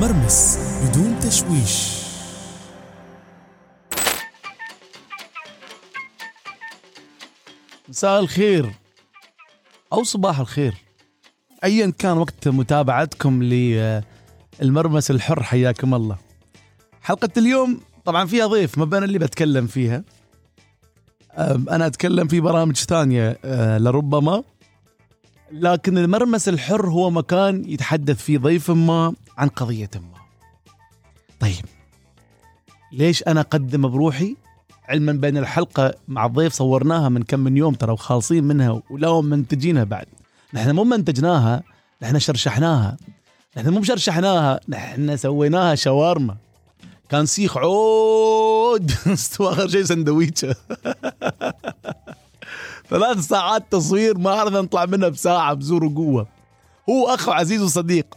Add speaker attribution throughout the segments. Speaker 1: مرمس بدون تشويش مساء الخير او صباح الخير ايا كان وقت متابعتكم للمرمس الحر حياكم الله حلقة اليوم طبعا فيها ضيف ما بين اللي بتكلم فيها أم، انا اتكلم في برامج ثانية أه، لربما لكن المرمس الحر هو مكان يتحدث فيه ضيف ما عن قضية ما طيب ليش انا اقدم بروحي علما بين الحلقه مع الضيف صورناها من كم من يوم ترى وخالصين منها ولا منتجينها بعد نحن مو منتجناها نحن شرشحناها نحن مو شرشحناها نحن سويناها شاورما كان سيخ عود استوى اخر شيء سندويشه ثلاث ساعات تصوير ما عرفنا نطلع منها بساعه بزور وقوه هو اخ عزيز وصديق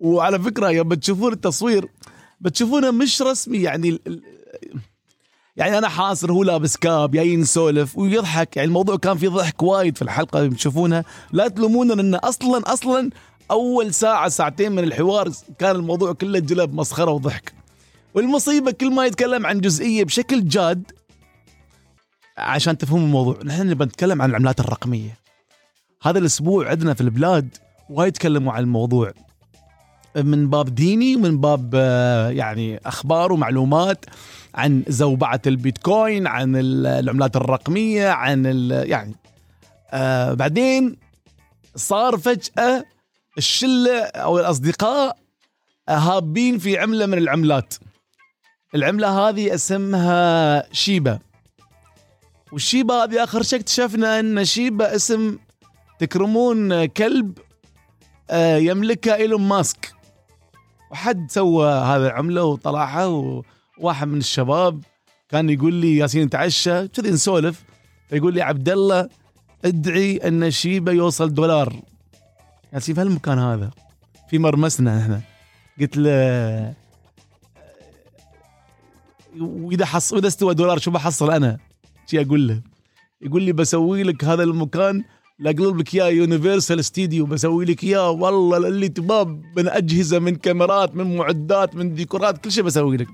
Speaker 1: وعلى فكره يوم بتشوفون التصوير بتشوفونه مش رسمي يعني ال- ال- يعني انا حاصر هو لابس كاب جاي نسولف ويضحك يعني الموضوع كان فيه ضحك وايد في الحلقه اللي بتشوفونها لا تلومونا لان اصلا اصلا اول ساعه ساعتين من الحوار كان الموضوع كله جلب مسخره وضحك والمصيبه كل ما يتكلم عن جزئيه بشكل جاد عشان تفهموا الموضوع نحن نبي نتكلم عن العملات الرقميه هذا الاسبوع عندنا في البلاد وايد تكلموا عن الموضوع من باب ديني ومن باب آه، يعني اخبار ومعلومات عن زوبعه البيتكوين عن ال- العملات الرقميه عن ال- يعني آه بعدين صار فجاه الشله او الاصدقاء آه، هابين في عمله من العملات العمله هذه اسمها شيبا والشيبا هذه اخر شيء اكتشفنا ان شيبا اسم تكرمون كلب آه، يملكها ايلون ماسك وحد سوى هذا العمله وطلعها وواحد من الشباب كان يقول لي ياسين تعشى كذي نسولف فيقول لي عبد الله ادعي ان شيبه يوصل دولار ياسين في هالمكان هذا في مرمسنا احنا قلت له واذا حص واذا استوى دولار شو بحصل انا؟ شي اقول له يقول لي بسوي لك هذا المكان اقلب لك اياه يونيفرسال ستوديو بسوي لك اياه والله اللي تباه من اجهزه من كاميرات من معدات من ديكورات كل شيء بسوي لك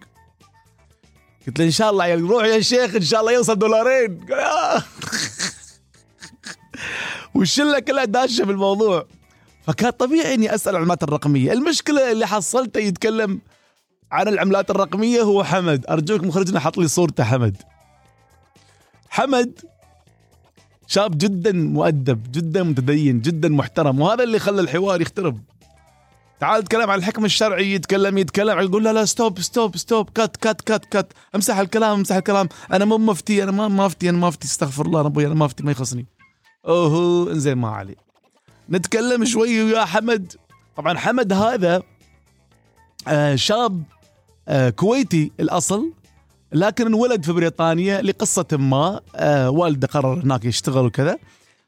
Speaker 1: قلت له ان شاء الله يعني روح يا شيخ ان شاء الله يوصل دولارين قال آه. والشله كلها داشه في الموضوع فكان طبيعي اني اسال عن العملات الرقميه المشكله اللي حصلته يتكلم عن العملات الرقميه هو حمد ارجوك مخرجنا حط لي صورته حمد حمد شاب جدا مؤدب جدا متدين جدا محترم وهذا اللي خلى الحوار يخترب تعال يتكلم عن الحكم الشرعي يتكلم يتكلم يقول لا لا ستوب ستوب ستوب كات كات كات كات امسح الكلام امسح الكلام انا مو مفتي انا ما ما افتي انا ما افتي استغفر الله انا ابوي انا ما افتي ما يخصني اوهو انزين ما علي نتكلم شوي ويا حمد طبعا حمد هذا آه، شاب آه، كويتي الاصل لكن انولد في بريطانيا لقصة ما آه والده قرر هناك يشتغل وكذا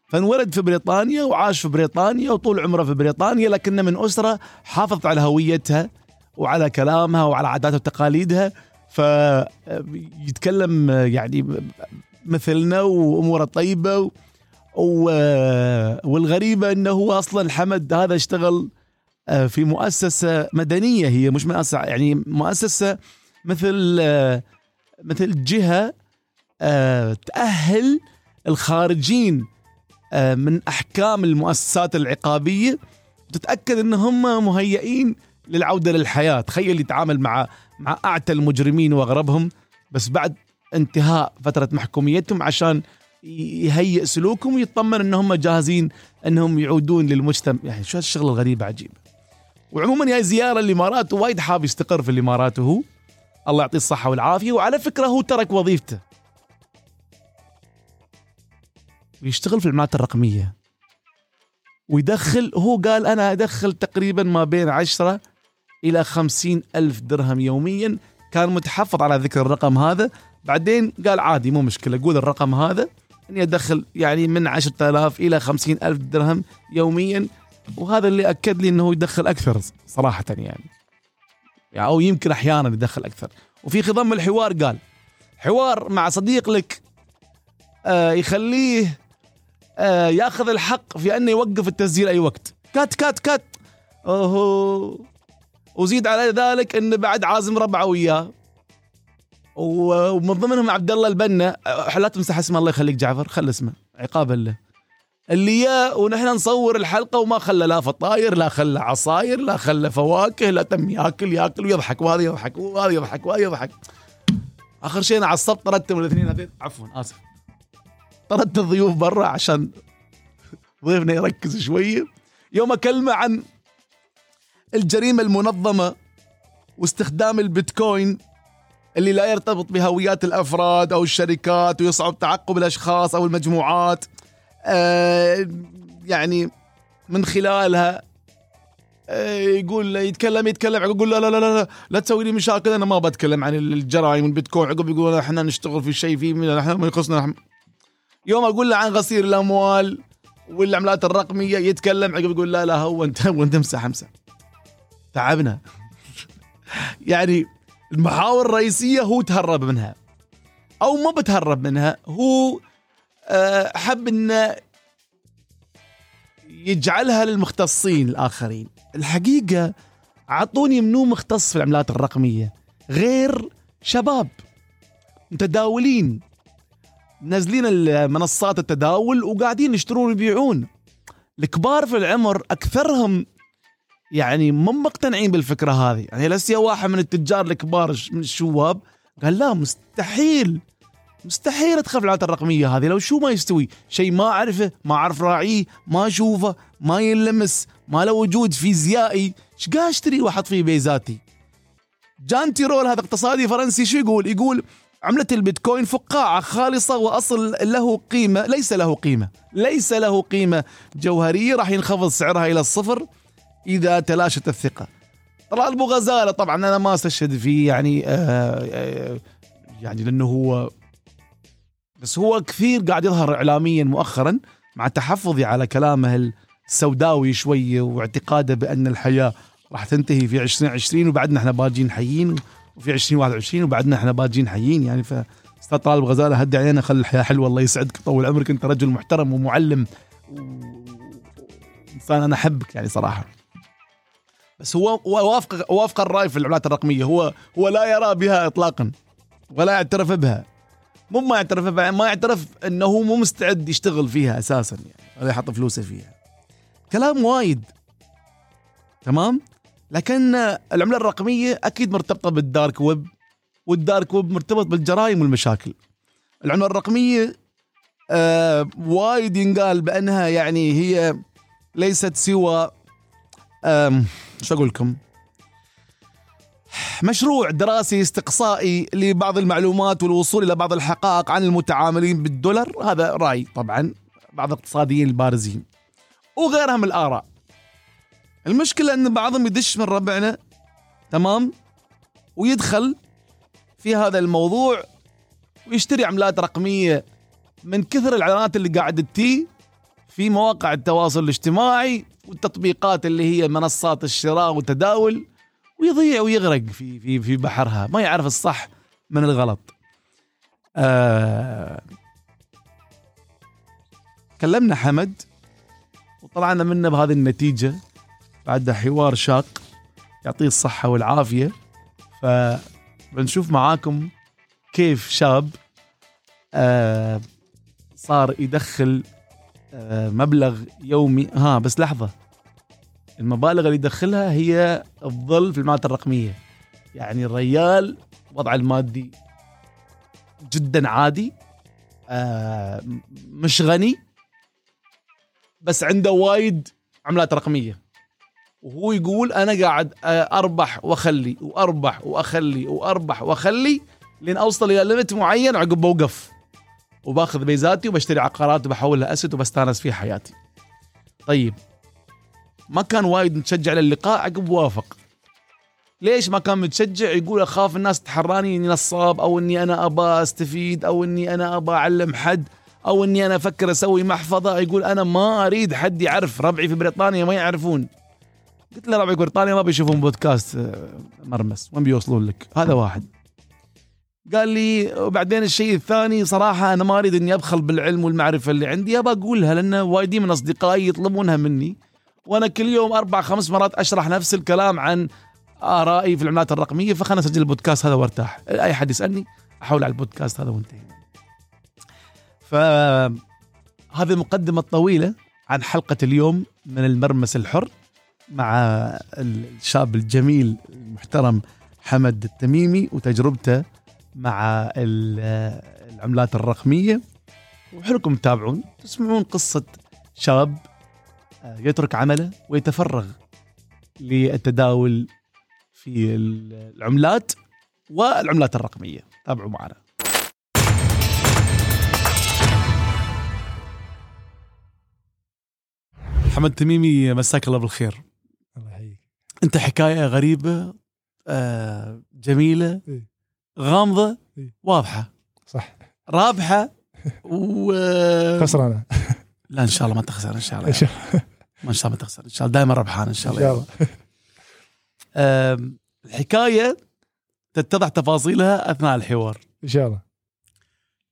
Speaker 1: فانولد في بريطانيا وعاش في بريطانيا وطول عمره في بريطانيا لكنه من أسرة حافظت على هويتها وعلى كلامها وعلى عاداتها وتقاليدها فيتكلم يعني مثلنا وأموره طيبة و... و... آه، والغريبة أنه هو أصلا حمد هذا اشتغل آه، في مؤسسة مدنية هي مش مؤسسة يعني مؤسسة مثل آه، مثل جهه آه، تاهل الخارجين آه، من احكام المؤسسات العقابيه وتتاكد ان هم مهيئين للعوده للحياه، تخيل يتعامل مع مع اعتى المجرمين واغربهم بس بعد انتهاء فتره محكوميتهم عشان ي- يهيئ سلوكهم ويطمن ان هم جاهزين انهم يعودون للمجتمع، يعني شو هالشغله الغريبه عجيبه. وعموما هاي زياره الامارات وايد حاب يستقر في الامارات وهو الله يعطيه الصحة والعافية وعلى فكرة هو ترك وظيفته ويشتغل في العملات الرقمية ويدخل هو قال أنا أدخل تقريبا ما بين عشرة إلى خمسين ألف درهم يوميا كان متحفظ على ذكر الرقم هذا بعدين قال عادي مو مشكلة قول الرقم هذا أني أدخل يعني من عشرة آلاف إلى خمسين ألف درهم يوميا وهذا اللي أكد لي أنه يدخل أكثر صراحة يعني يعني او يمكن احيانا يدخل اكثر وفي خضم الحوار قال حوار مع صديق لك آه يخليه آه ياخذ الحق في انه يوقف التسجيل اي وقت كات كات كات اوهو وزيد على ذلك ان بعد عازم ربعه وياه و- ومن ضمنهم عبد الله البنا أه، لا تمسح اسمه الله يخليك جعفر خل اسمه عقابا له اللي جاء ونحن نصور الحلقه وما خلى لا فطاير لا خلى عصاير لا خلى فواكه لا تم ياكل ياكل ويضحك وهذا يضحك وهذا يضحك وهذا يضحك اخر شيء انا عصبت طردتهم الاثنين هذين عفوا اسف طردت الضيوف برا عشان ضيفنا يركز شويه يوم اكلمه عن الجريمه المنظمه واستخدام البيتكوين اللي لا يرتبط بهويات الافراد او الشركات ويصعب تعقب الاشخاص او المجموعات آه، يعني من خلالها آه، يقول يتكلم يتكلم عقب يقول لا لا لا لا لا, لا تسوي لي مشاكل انا ما بتكلم عن الجرائم والبيتكوين عقب يقول احنا نشتغل في شيء فيه احنا ما يخصنا إحنا- يوم اقول له عن غسيل الاموال والعملات الرقميه يتكلم عقب يقول لا لا هو انت هو انت امسح امسح تعبنا يعني المحاور الرئيسيه هو تهرب منها او ما بتهرب منها هو آه، حب انه يجعلها للمختصين الاخرين الحقيقه اعطوني منو مختص في العملات الرقميه غير شباب متداولين نازلين منصات التداول وقاعدين يشترون ويبيعون الكبار في العمر اكثرهم يعني مو مقتنعين بالفكره هذه يعني لسي واحد من التجار الكبار ش- من الشواب قال لا مستحيل مستحيل ادخل في العادات الرقميه هذه لو شو ما يستوي شيء ما اعرفه ما اعرف راعيه ما اشوفه ما ينلمس ما له وجود فيزيائي ايش قاعد اشتري واحط فيه بيزاتي جان تيرول هذا اقتصادي فرنسي شو يقول يقول عملة البيتكوين فقاعة خالصة وأصل له قيمة ليس له قيمة ليس له قيمة جوهرية راح ينخفض سعرها إلى الصفر إذا تلاشت الثقة طلال أبو غزالة طبعا أنا ما استشهد فيه يعني آه آه يعني لأنه هو بس هو كثير قاعد يظهر إعلاميا مؤخرا مع تحفظي على كلامه السوداوي شوية واعتقاده بأن الحياة راح تنتهي في 2020 وبعدنا احنا باجين حيين وفي 2021 وبعدنا احنا باجين حيين يعني ف استاذ طالب غزاله هدي علينا خلي الحياه حلوه الله يسعدك طول عمرك انت رجل محترم ومعلم انسان انا احبك يعني صراحه بس هو هو وافق وافق الراي في العملات الرقميه هو هو لا يرى بها اطلاقا ولا يعترف بها مو ما يعترف بها ما يعترف انه هو مو مستعد يشتغل فيها اساسا يعني ولا يحط فلوسه فيها كلام وايد تمام لكن العمله الرقميه اكيد مرتبطه بالدارك ويب والدارك ويب مرتبط بالجرائم والمشاكل العمله الرقميه آه وايد ينقال بانها يعني هي ليست سوى آم، شو اقول لكم مشروع دراسي استقصائي لبعض المعلومات والوصول الى بعض الحقائق عن المتعاملين بالدولار هذا راي طبعا بعض الاقتصاديين البارزين وغيرها من الاراء المشكله ان بعضهم يدش من ربعنا تمام ويدخل في هذا الموضوع ويشتري عملات رقميه من كثر الاعلانات اللي قاعد تي في مواقع التواصل الاجتماعي والتطبيقات اللي هي منصات الشراء والتداول ويضيع ويغرق في في في بحرها ما يعرف الصح من الغلط. آه كلمنا حمد وطلعنا منه بهذه النتيجة بعد حوار شاق يعطيه الصحة والعافية فبنشوف معاكم كيف شاب آه صار يدخل آه مبلغ يومي ها بس لحظة المبالغ اللي يدخلها هي الظل في المعلومات الرقمية يعني الريال وضعه المادي جدا عادي آه مش غني بس عنده وايد عملات رقميه وهو يقول انا قاعد آه، اربح واخلي واربح واخلي واربح واخلي لين اوصل الى ليمت معين عقب بوقف وباخذ بيزاتي وبشتري عقارات وبحولها اسد وبستانس في حياتي. طيب ما كان وايد متشجع للقاء عقب وافق. ليش ما كان متشجع يقول اخاف الناس تحراني اني نصاب او اني انا ابى استفيد او اني انا ابى اعلم حد او اني انا افكر اسوي محفظه يقول انا ما اريد حد يعرف ربعي في بريطانيا ما يعرفون قلت له ربعي في بريطانيا ما بيشوفون بودكاست آه، مرمس وين بيوصلون لك هذا واحد قال لي وبعدين الشيء الثاني صراحه انا ما اريد اني ابخل بالعلم والمعرفه اللي عندي ابى اقولها لان وايدين من اصدقائي يطلبونها مني وانا كل يوم اربع خمس مرات اشرح نفس الكلام عن
Speaker 2: ارائي في العملات الرقميه فخلنا اسجل البودكاست هذا وارتاح اي حد يسالني احول على البودكاست هذا وانتهي ف هذه المقدمه الطويله عن حلقه اليوم من المرمس الحر مع الشاب الجميل المحترم حمد التميمي وتجربته مع ال- العملات الرقميه وحلكم تتابعون تسمعون قصه شاب آه، يترك عمله ويتفرغ للتداول في العملات والعملات الرقميه تابعوا معنا
Speaker 1: محمد تميمي مساك الله بالخير
Speaker 3: الله يحييك
Speaker 1: انت حكايه غريبه آه، جميله
Speaker 3: إيه.
Speaker 1: غامضه
Speaker 3: إيه.
Speaker 1: واضحه
Speaker 3: صح
Speaker 1: رابحه و
Speaker 3: خسرانه
Speaker 1: لا ان شاء الله ما تخسر ان شاء الله
Speaker 3: ان شاء
Speaker 1: ما ان شاء الله ما تخسر ان شاء الله دائما ربحان ان شاء الله,
Speaker 3: إن شاء الله
Speaker 1: آم، الحكايه تتضح تفاصيلها اثناء الحوار
Speaker 3: ان شاء الله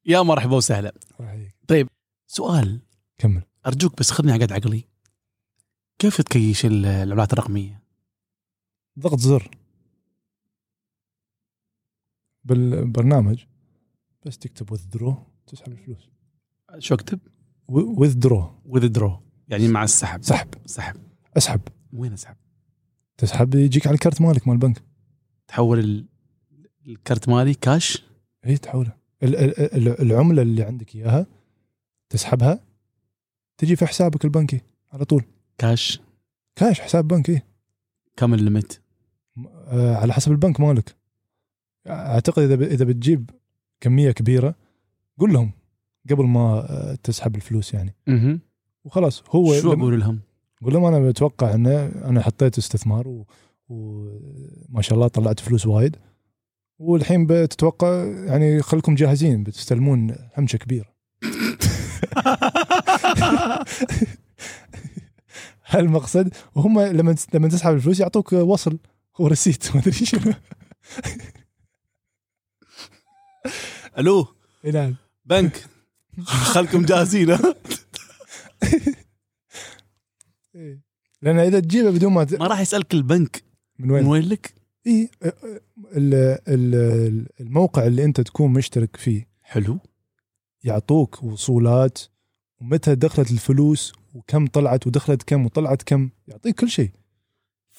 Speaker 1: يا مرحبا وسهلا
Speaker 3: الله يحييك
Speaker 1: سؤال
Speaker 3: كمل
Speaker 1: ارجوك بس خذني على قد عقلي كيف تكيش ال- العملات الرقميه؟
Speaker 3: ضغط زر بالبرنامج بس تكتب وذدرو تسحب الفلوس
Speaker 1: شو اكتب؟
Speaker 3: وذدرو
Speaker 1: وذدرو يعني مع السحب
Speaker 3: سحب
Speaker 1: سحب
Speaker 3: اسحب
Speaker 1: وين اسحب؟
Speaker 3: تسحب يجيك على الكرت مالك مال البنك
Speaker 1: تحول ال- الكرت مالي كاش
Speaker 3: اي إيه، تحوله ال- ال- ال- العمله اللي عندك اياها تسحبها تجي في حسابك البنكي على طول
Speaker 1: كاش
Speaker 3: كاش حساب بنكي
Speaker 1: كم الليمت
Speaker 3: م- آه، على حسب البنك مالك اعتقد اذا ب- اذا بتجيب كميه كبيره قول لهم قبل ما آه، تسحب الفلوس يعني وخلاص هو
Speaker 1: شو
Speaker 3: لما-
Speaker 1: اقول لهم
Speaker 3: قول لهم انا بتوقع انه انا حطيت استثمار و- وما شاء الله طلعت فلوس وايد والحين بتتوقع يعني خلكم جاهزين بتستلمون همشه كبيره هالمقصد وهم لما تس- لما تسحب الفلوس يعطوك وصل ورسيت ما ادري شنو
Speaker 1: الو
Speaker 3: إي نعم
Speaker 1: بنك خلكم جاهزين
Speaker 3: إيه. لان اذا تجيبه بدون ما ت...
Speaker 1: ما راح يسالك البنك
Speaker 3: من
Speaker 1: من
Speaker 3: وين
Speaker 1: وين لك
Speaker 3: اي أ- أ- إيه، ال- ال- الموقع اللي انت تكون مشترك فيه
Speaker 1: حلو
Speaker 3: يعطوك وصولات ومتى دخلت الفلوس وكم طلعت ودخلت كم وطلعت كم يعطيك كل شيء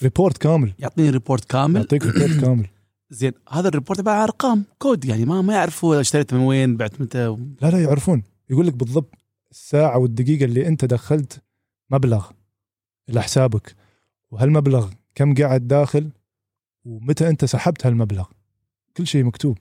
Speaker 3: ريبورت كامل
Speaker 1: يعطيني ريبورت كامل
Speaker 3: يعطيك ريبورت كامل
Speaker 1: زين هذا الريبورت عباره عن ارقام كود يعني ما ما يعرفوا اشتريت من وين بعت متى و-
Speaker 3: لا لا يعرفون يقول لك بالضبط الساعه والدقيقه اللي انت دخلت مبلغ الى حسابك وهالمبلغ كم قاعد داخل ومتى انت سحبت هالمبلغ كل شيء مكتوب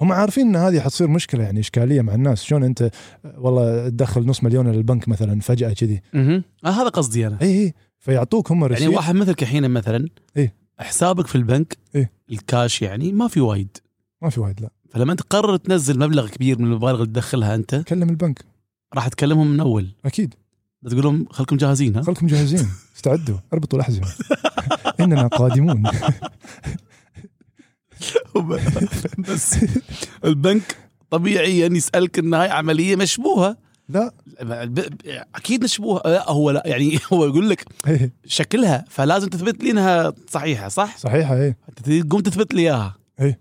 Speaker 3: هم عارفين ان هذه حتصير مشكله يعني اشكاليه مع الناس شلون انت آه، والله تدخل نص مليون للبنك مثلا فجاه كذي
Speaker 1: مهم. آه هذا قصدي انا
Speaker 3: اي اي فيعطوك هم
Speaker 1: يعني
Speaker 3: رسيد
Speaker 1: واحد مثلك الحين مثلا
Speaker 3: إيه.
Speaker 1: حسابك في البنك
Speaker 3: إيه.
Speaker 1: الكاش يعني ما في وايد
Speaker 3: ما في واحد لا
Speaker 1: فلما انت تقرر تنزل مبلغ كبير من المبالغ اللي تدخلها انت
Speaker 3: كلم البنك
Speaker 1: راح تكلمهم من اول
Speaker 3: اكيد
Speaker 1: تقول لهم خلكم جاهزين ها
Speaker 3: خلكم جاهزين استعدوا اربطوا الاحزمه اننا قادمون
Speaker 1: بس البنك يعني طبيعيا يسالك ان هاي عمليه مشبوهه
Speaker 3: لا
Speaker 1: الب- اكيد مشبوهه لا هو لا يعني هو يقول لك
Speaker 3: إيه،
Speaker 1: شكلها فلازم تثبت لي انها صحيحه صح؟
Speaker 3: صحيحه اي
Speaker 1: انت تقوم تثبت لي اياها
Speaker 3: إيه.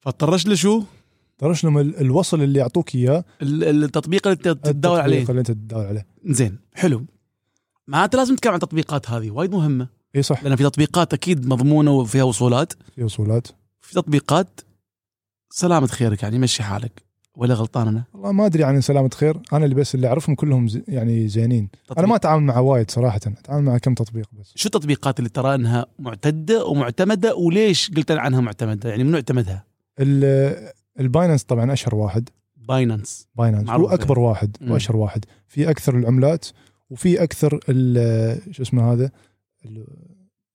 Speaker 1: فاضطرش له شو؟
Speaker 3: ترى شنو ال- الوصل اللي يعطوك اياه
Speaker 1: ال- التطبيق اللي انت تدور
Speaker 3: التطبيق
Speaker 1: عليه
Speaker 3: اللي انت تدور عليه
Speaker 1: زين حلو معناته لازم نتكلم عن التطبيقات هذه وايد مهمه
Speaker 3: اي صح
Speaker 1: لان في تطبيقات اكيد مضمونه وفيها وصولات
Speaker 3: في وصولات
Speaker 1: في تطبيقات سلامة خيرك يعني مشي حالك ولا غلطان انا
Speaker 3: والله ما ادري عن سلامه خير انا اللي بس اللي اعرفهم كلهم زي يعني زينين انا ما اتعامل مع وايد صراحه اتعامل مع كم تطبيق بس
Speaker 1: شو التطبيقات اللي ترى انها معتده ومعتمده وليش قلت أنا عنها معتمده يعني من اعتمدها
Speaker 3: ال- الباينانس طبعا اشهر واحد
Speaker 1: باينانس
Speaker 3: باينانس
Speaker 1: معروف إيه.
Speaker 3: هو اكبر واحد
Speaker 1: مم.
Speaker 3: واشهر واحد في اكثر العملات وفي اكثر ال- شو اسمه هذا ال-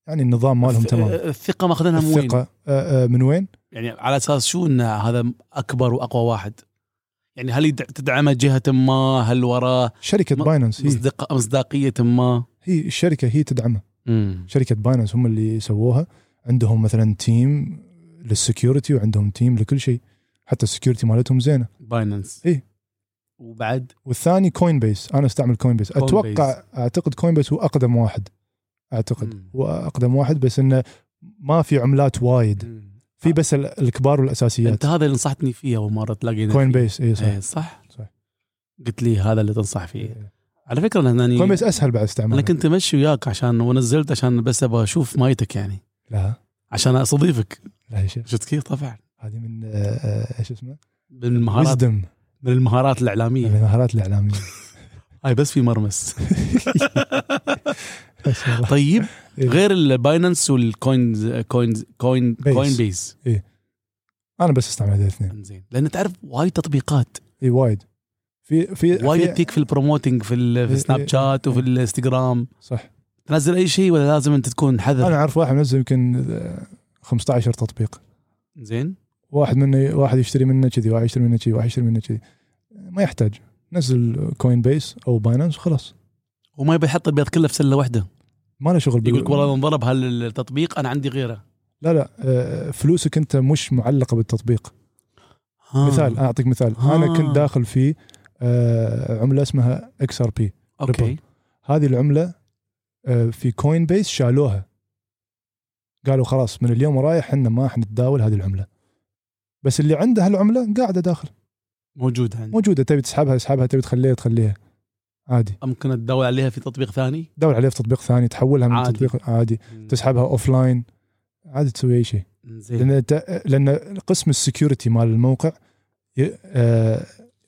Speaker 3: يعني النظام مالهم
Speaker 1: إيه،
Speaker 3: تمام
Speaker 1: الثقه ماخذينها من وين
Speaker 3: الثقه آه، آه، من وين؟
Speaker 1: يعني على اساس شو ان هذا اكبر واقوى واحد يعني هل يدع- تدعمه جهه ما هل وراه
Speaker 3: شركه
Speaker 1: م-
Speaker 3: باينانس هي
Speaker 1: مصدق مصداقيه ما
Speaker 3: هي الشركه هي تدعمها
Speaker 1: مم.
Speaker 3: شركه باينانس هم اللي سووها عندهم مثلا تيم للسكيورتي وعندهم تيم لكل شيء حتى السكيورتي مالتهم زينه
Speaker 1: باينانس
Speaker 3: إيه.
Speaker 1: وبعد
Speaker 3: والثاني كوين بيس انا استعمل كوين بيس
Speaker 1: Coinbase.
Speaker 3: اتوقع اعتقد كوين بيس هو اقدم واحد اعتقد
Speaker 1: مم.
Speaker 3: هو اقدم واحد بس انه ما في عملات وايد
Speaker 1: مم.
Speaker 3: في بس ال- الكبار والاساسيات
Speaker 1: انت هذا اللي نصحتني فيه اول مره تلاقينا
Speaker 3: كوين
Speaker 1: فيه.
Speaker 3: بيس اي صح
Speaker 1: إيه، صح
Speaker 3: صح. إيه.
Speaker 1: قلت لي هذا اللي تنصح فيه على فكره انا
Speaker 3: كوين
Speaker 1: هناني
Speaker 3: بيس اسهل بعد
Speaker 1: انا
Speaker 3: استعماله
Speaker 1: كنت امشي وياك عشان ونزلت عشان بس ابغى اشوف مايتك يعني
Speaker 3: لا
Speaker 1: عشان استضيفك
Speaker 3: لا يا شيخ
Speaker 1: شفت كيف طبعا
Speaker 3: هذه من آه، آه، ايش اسمه؟
Speaker 1: من المهارات
Speaker 3: ويزدم
Speaker 1: من المهارات الاعلاميه
Speaker 3: المهارات الاعلاميه
Speaker 1: هاي بس في مرمس
Speaker 3: ما شاء الله.
Speaker 1: طيب
Speaker 3: إيه.
Speaker 1: غير الباينانس والكوينز كوينز كوين
Speaker 3: بيس.
Speaker 1: كوين بيز
Speaker 3: انا بس استعمل هذول الاثنين
Speaker 1: زين لان تعرف وايد تطبيقات
Speaker 3: اي وايد في في
Speaker 1: وايد
Speaker 3: في-
Speaker 1: تيك في البروموتنج في, ال- في
Speaker 3: إيه.
Speaker 1: سناب شات وفي الانستغرام
Speaker 3: صح
Speaker 1: تنزل اي شيء ولا لازم انت تكون
Speaker 3: انا
Speaker 1: حذر
Speaker 3: اعرف واحد منزل يمكن آه، 15 تطبيق
Speaker 1: زين
Speaker 3: واحد منه واحد يشتري منه كذي واحد يشتري منه كذي واحد يشتري منه كذي ما يحتاج نزل كوين بيس او باينانس خلاص
Speaker 1: وما يبي يحط البيض كله في سله واحده
Speaker 3: ما له شغل بال-
Speaker 1: يقول لك والله انضرب هالتطبيق انا عندي غيره
Speaker 3: لا لا آه، فلوسك انت مش معلقه بالتطبيق
Speaker 1: ها.
Speaker 3: مثال انا اعطيك مثال انا
Speaker 1: آه.
Speaker 3: كنت داخل في آه، عمله اسمها اكس ار بي
Speaker 1: اوكي
Speaker 3: ريبل. هذه العمله آه، في كوين بيس شالوها قالوا خلاص من اليوم ورايح احنا ما حنتداول هذه العمله بس اللي عنده هالعمله قاعده داخل
Speaker 1: موجود عندي
Speaker 3: موجوده تبي تسحبها اسحبها تبي تخليها تخليها عادي
Speaker 1: ممكن اتداول عليها في تطبيق ثاني
Speaker 3: دور عليها في تطبيق ثاني تحولها من
Speaker 1: عادي.
Speaker 3: تطبيق عادي تسحبها اوف لاين عادي تسوي اي
Speaker 1: إيه.
Speaker 3: شيء
Speaker 1: زين
Speaker 3: لان ت- لان قسم السكيورتي مال الموقع ي- آه،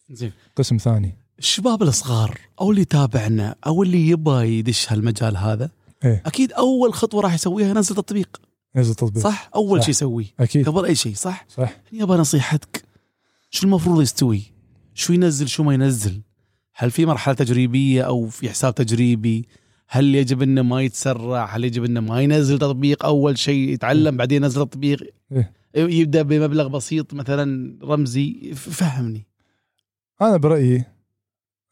Speaker 1: زين
Speaker 3: قسم ثاني
Speaker 1: الشباب الصغار او اللي يتابعنا او اللي يبغى يدش هالمجال هذا
Speaker 3: إيه.
Speaker 1: اكيد اول خطوه راح يسويها ينزل تطبيق
Speaker 3: نزل تطبيق
Speaker 1: صح اول
Speaker 3: صح.
Speaker 1: شيء يسويه
Speaker 3: اكيد
Speaker 1: قبل اي شيء صح؟
Speaker 3: إيه. صح.
Speaker 1: يعني يبغى نصيحتك شو المفروض يستوي؟ شو ينزل شو ما ينزل؟ هل في مرحله تجريبيه او في حساب تجريبي؟ هل يجب انه ما يتسرع؟ هل يجب انه ما ينزل تطبيق اول شيء يتعلم بعدين ينزل تطبيق؟
Speaker 3: إيه.
Speaker 1: يبدا بمبلغ بسيط مثلا رمزي ف- فهمني
Speaker 3: انا برايي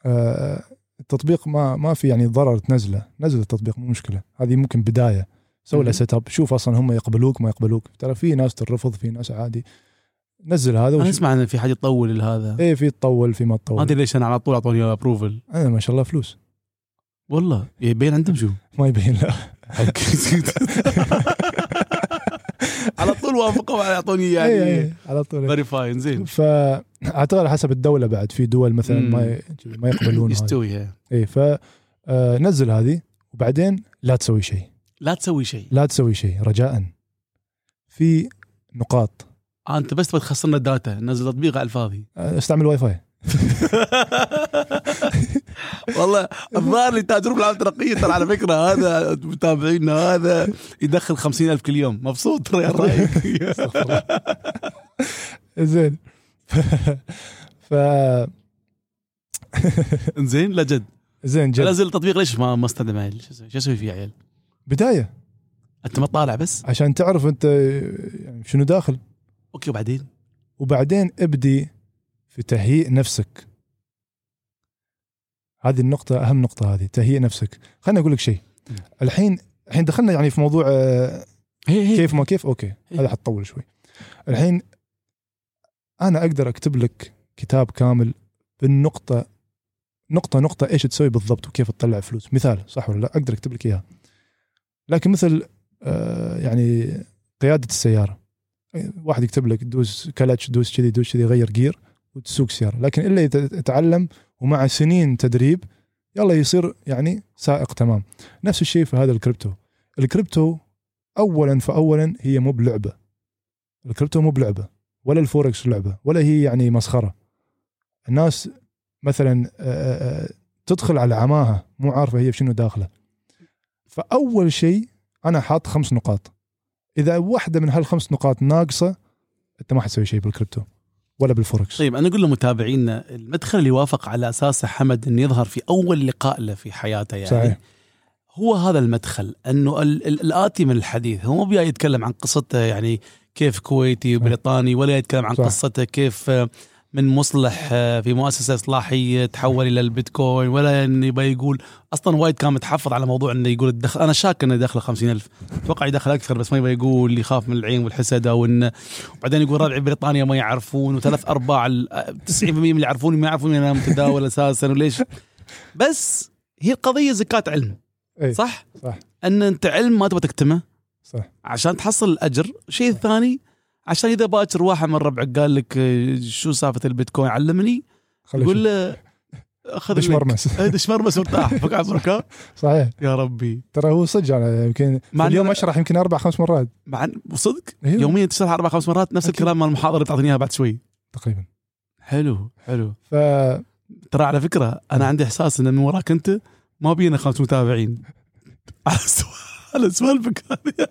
Speaker 3: آه، التطبيق ما ما في يعني ضرر تنزله نزل التطبيق مو مشكله هذه ممكن بدايه سوي له
Speaker 1: مهم.
Speaker 3: سيت اب شوف اصلا هم يقبلوك ما يقبلوك ترى في ناس ترفض في ناس عادي نزل هذا
Speaker 1: انا
Speaker 3: وشوف.
Speaker 1: اسمع ان في حاجه تطول لهذا
Speaker 3: ايه في تطول في ما
Speaker 1: ما
Speaker 3: تطول
Speaker 1: ادري ليش انا على طول اعطوني ابروفل
Speaker 3: انا ما شاء الله فلوس
Speaker 1: والله يبين عندهم شو
Speaker 3: ما يبين لا
Speaker 1: على طول وافقوا اعطوني
Speaker 3: إيه،
Speaker 1: يعني
Speaker 3: إيه، على طول
Speaker 1: فيريفاين زين
Speaker 3: فاعتقد على حسب الدوله بعد في دول مثلا ما ي- ما يقبلون إيه، هذا.
Speaker 1: يستويها
Speaker 3: اي فنزل آه، هذه وبعدين لا تسوي شيء
Speaker 1: لا تسوي شيء
Speaker 3: لا تسوي شيء رجاء في نقاط
Speaker 1: آه، انت بس تبغى تخسرنا الداتا نزل تطبيق على الفاضي
Speaker 3: أه، استعمل واي فاي
Speaker 1: والله الظاهر اللي تاجر بالعالم الرقيه ترى على فكره هذا متابعينا هذا يدخل خمسين ألف كل يوم مبسوط ترى يا رايك
Speaker 3: استغفر الله. زين ف
Speaker 1: زين لا جد
Speaker 3: زين جد
Speaker 1: نزل التطبيق ليش ما ما استخدم عيل شو أسوي- شو اسوي فيه يا عيل
Speaker 3: بدايه
Speaker 1: انت ما تطالع بس
Speaker 3: عشان تعرف انت يعني شنو داخل
Speaker 1: اوكي وبعدين
Speaker 3: وبعدين ابدي في تهيئ نفسك هذه النقطة أهم نقطة هذه تهيئ نفسك خليني أقول لك شيء
Speaker 1: م.
Speaker 3: الحين الحين دخلنا يعني في موضوع آه،
Speaker 1: هي هي
Speaker 3: كيف ما كيف أوكي هذا حتطول شوي الحين أنا أقدر أكتب لك كتاب كامل بالنقطة نقطة نقطة إيش تسوي بالضبط وكيف تطلع فلوس مثال صح ولا لا أقدر أكتب لك إياها لكن مثل آه، يعني قيادة السيارة واحد يكتب لك دوس كلتش دوس كذي دوس كذي غير جير وتسوق سياره لكن الا يت- يتعلم ومع سنين تدريب يلا يصير يعني سائق تمام نفس الشيء في هذا الكريبتو الكريبتو اولا فاولا هي مو بلعبه الكريبتو مو بلعبه ولا الفوركس لعبه ولا هي يعني مسخره الناس مثلا آه، آه، آه، تدخل على عماها مو عارفه هي شنو داخله فاول شيء انا حاط خمس نقاط اذا واحده من هالخمس نقاط ناقصه انت ما حتسوي شيء بالكريبتو ولا بالفوركس
Speaker 1: طيب انا اقول لمتابعينا المدخل اللي وافق على اساسه حمد انه يظهر في اول لقاء له في حياته يعني
Speaker 3: صحيح
Speaker 1: هو هذا المدخل انه ال- ال- الاتي من الحديث هو مو بيا يتكلم عن قصته يعني كيف كويتي وبريطاني ولا يتكلم عن
Speaker 3: صح.
Speaker 1: قصته كيف آه، من مصلح آه، في مؤسسه اصلاحيه تحول الى البيتكوين ولا انه يبى يقول اصلا وايد كان متحفظ على موضوع انه يقول الدخل انا شاك انه دخله 50000 اتوقع يدخل اكثر بس ما يبى يقول يخاف من العين والحسد او انه وبعدين يقول ربعي بريطانيا ما يعرفون وثلاث ارباع ال- آه، 90% من اللي يعرفوني ما يعرفون إن انا متداول اساسا وليش بس هي القضيه زكاه علم
Speaker 3: إيه.
Speaker 1: صح؟
Speaker 3: صح.
Speaker 1: ان انت علم ما تبغى تكتمه
Speaker 3: صح
Speaker 1: عشان تحصل الاجر، الشيء الثاني عشان اذا باكر واحد من ربعك قال لك آه، شو سالفه البيتكوين علمني
Speaker 3: خلي
Speaker 1: قول
Speaker 3: يقول
Speaker 1: له اخذ
Speaker 3: دش
Speaker 1: اللينك.
Speaker 3: مرمس
Speaker 1: إيه، دش مرمس مرتاح فك عصرك ها؟
Speaker 3: صحيح
Speaker 1: يا ربي
Speaker 3: ترى هو صدق انا يمكن
Speaker 1: مع
Speaker 3: في اليوم
Speaker 1: إن-
Speaker 3: اشرح يمكن اربع خمس مرات
Speaker 1: مع صدق
Speaker 3: أيوه.
Speaker 1: يوميا تشرح اربع خمس مرات نفس
Speaker 3: أكيد.
Speaker 1: الكلام مال المحاضره اللي بتعطيني اياها بعد شوي
Speaker 3: تقريبا
Speaker 1: حلو حلو
Speaker 3: ف
Speaker 1: ترى على فكره
Speaker 3: نعم.
Speaker 1: انا عندي احساس ان من وراك انت ما بينا خمس متابعين على سوال على سوالفك هذه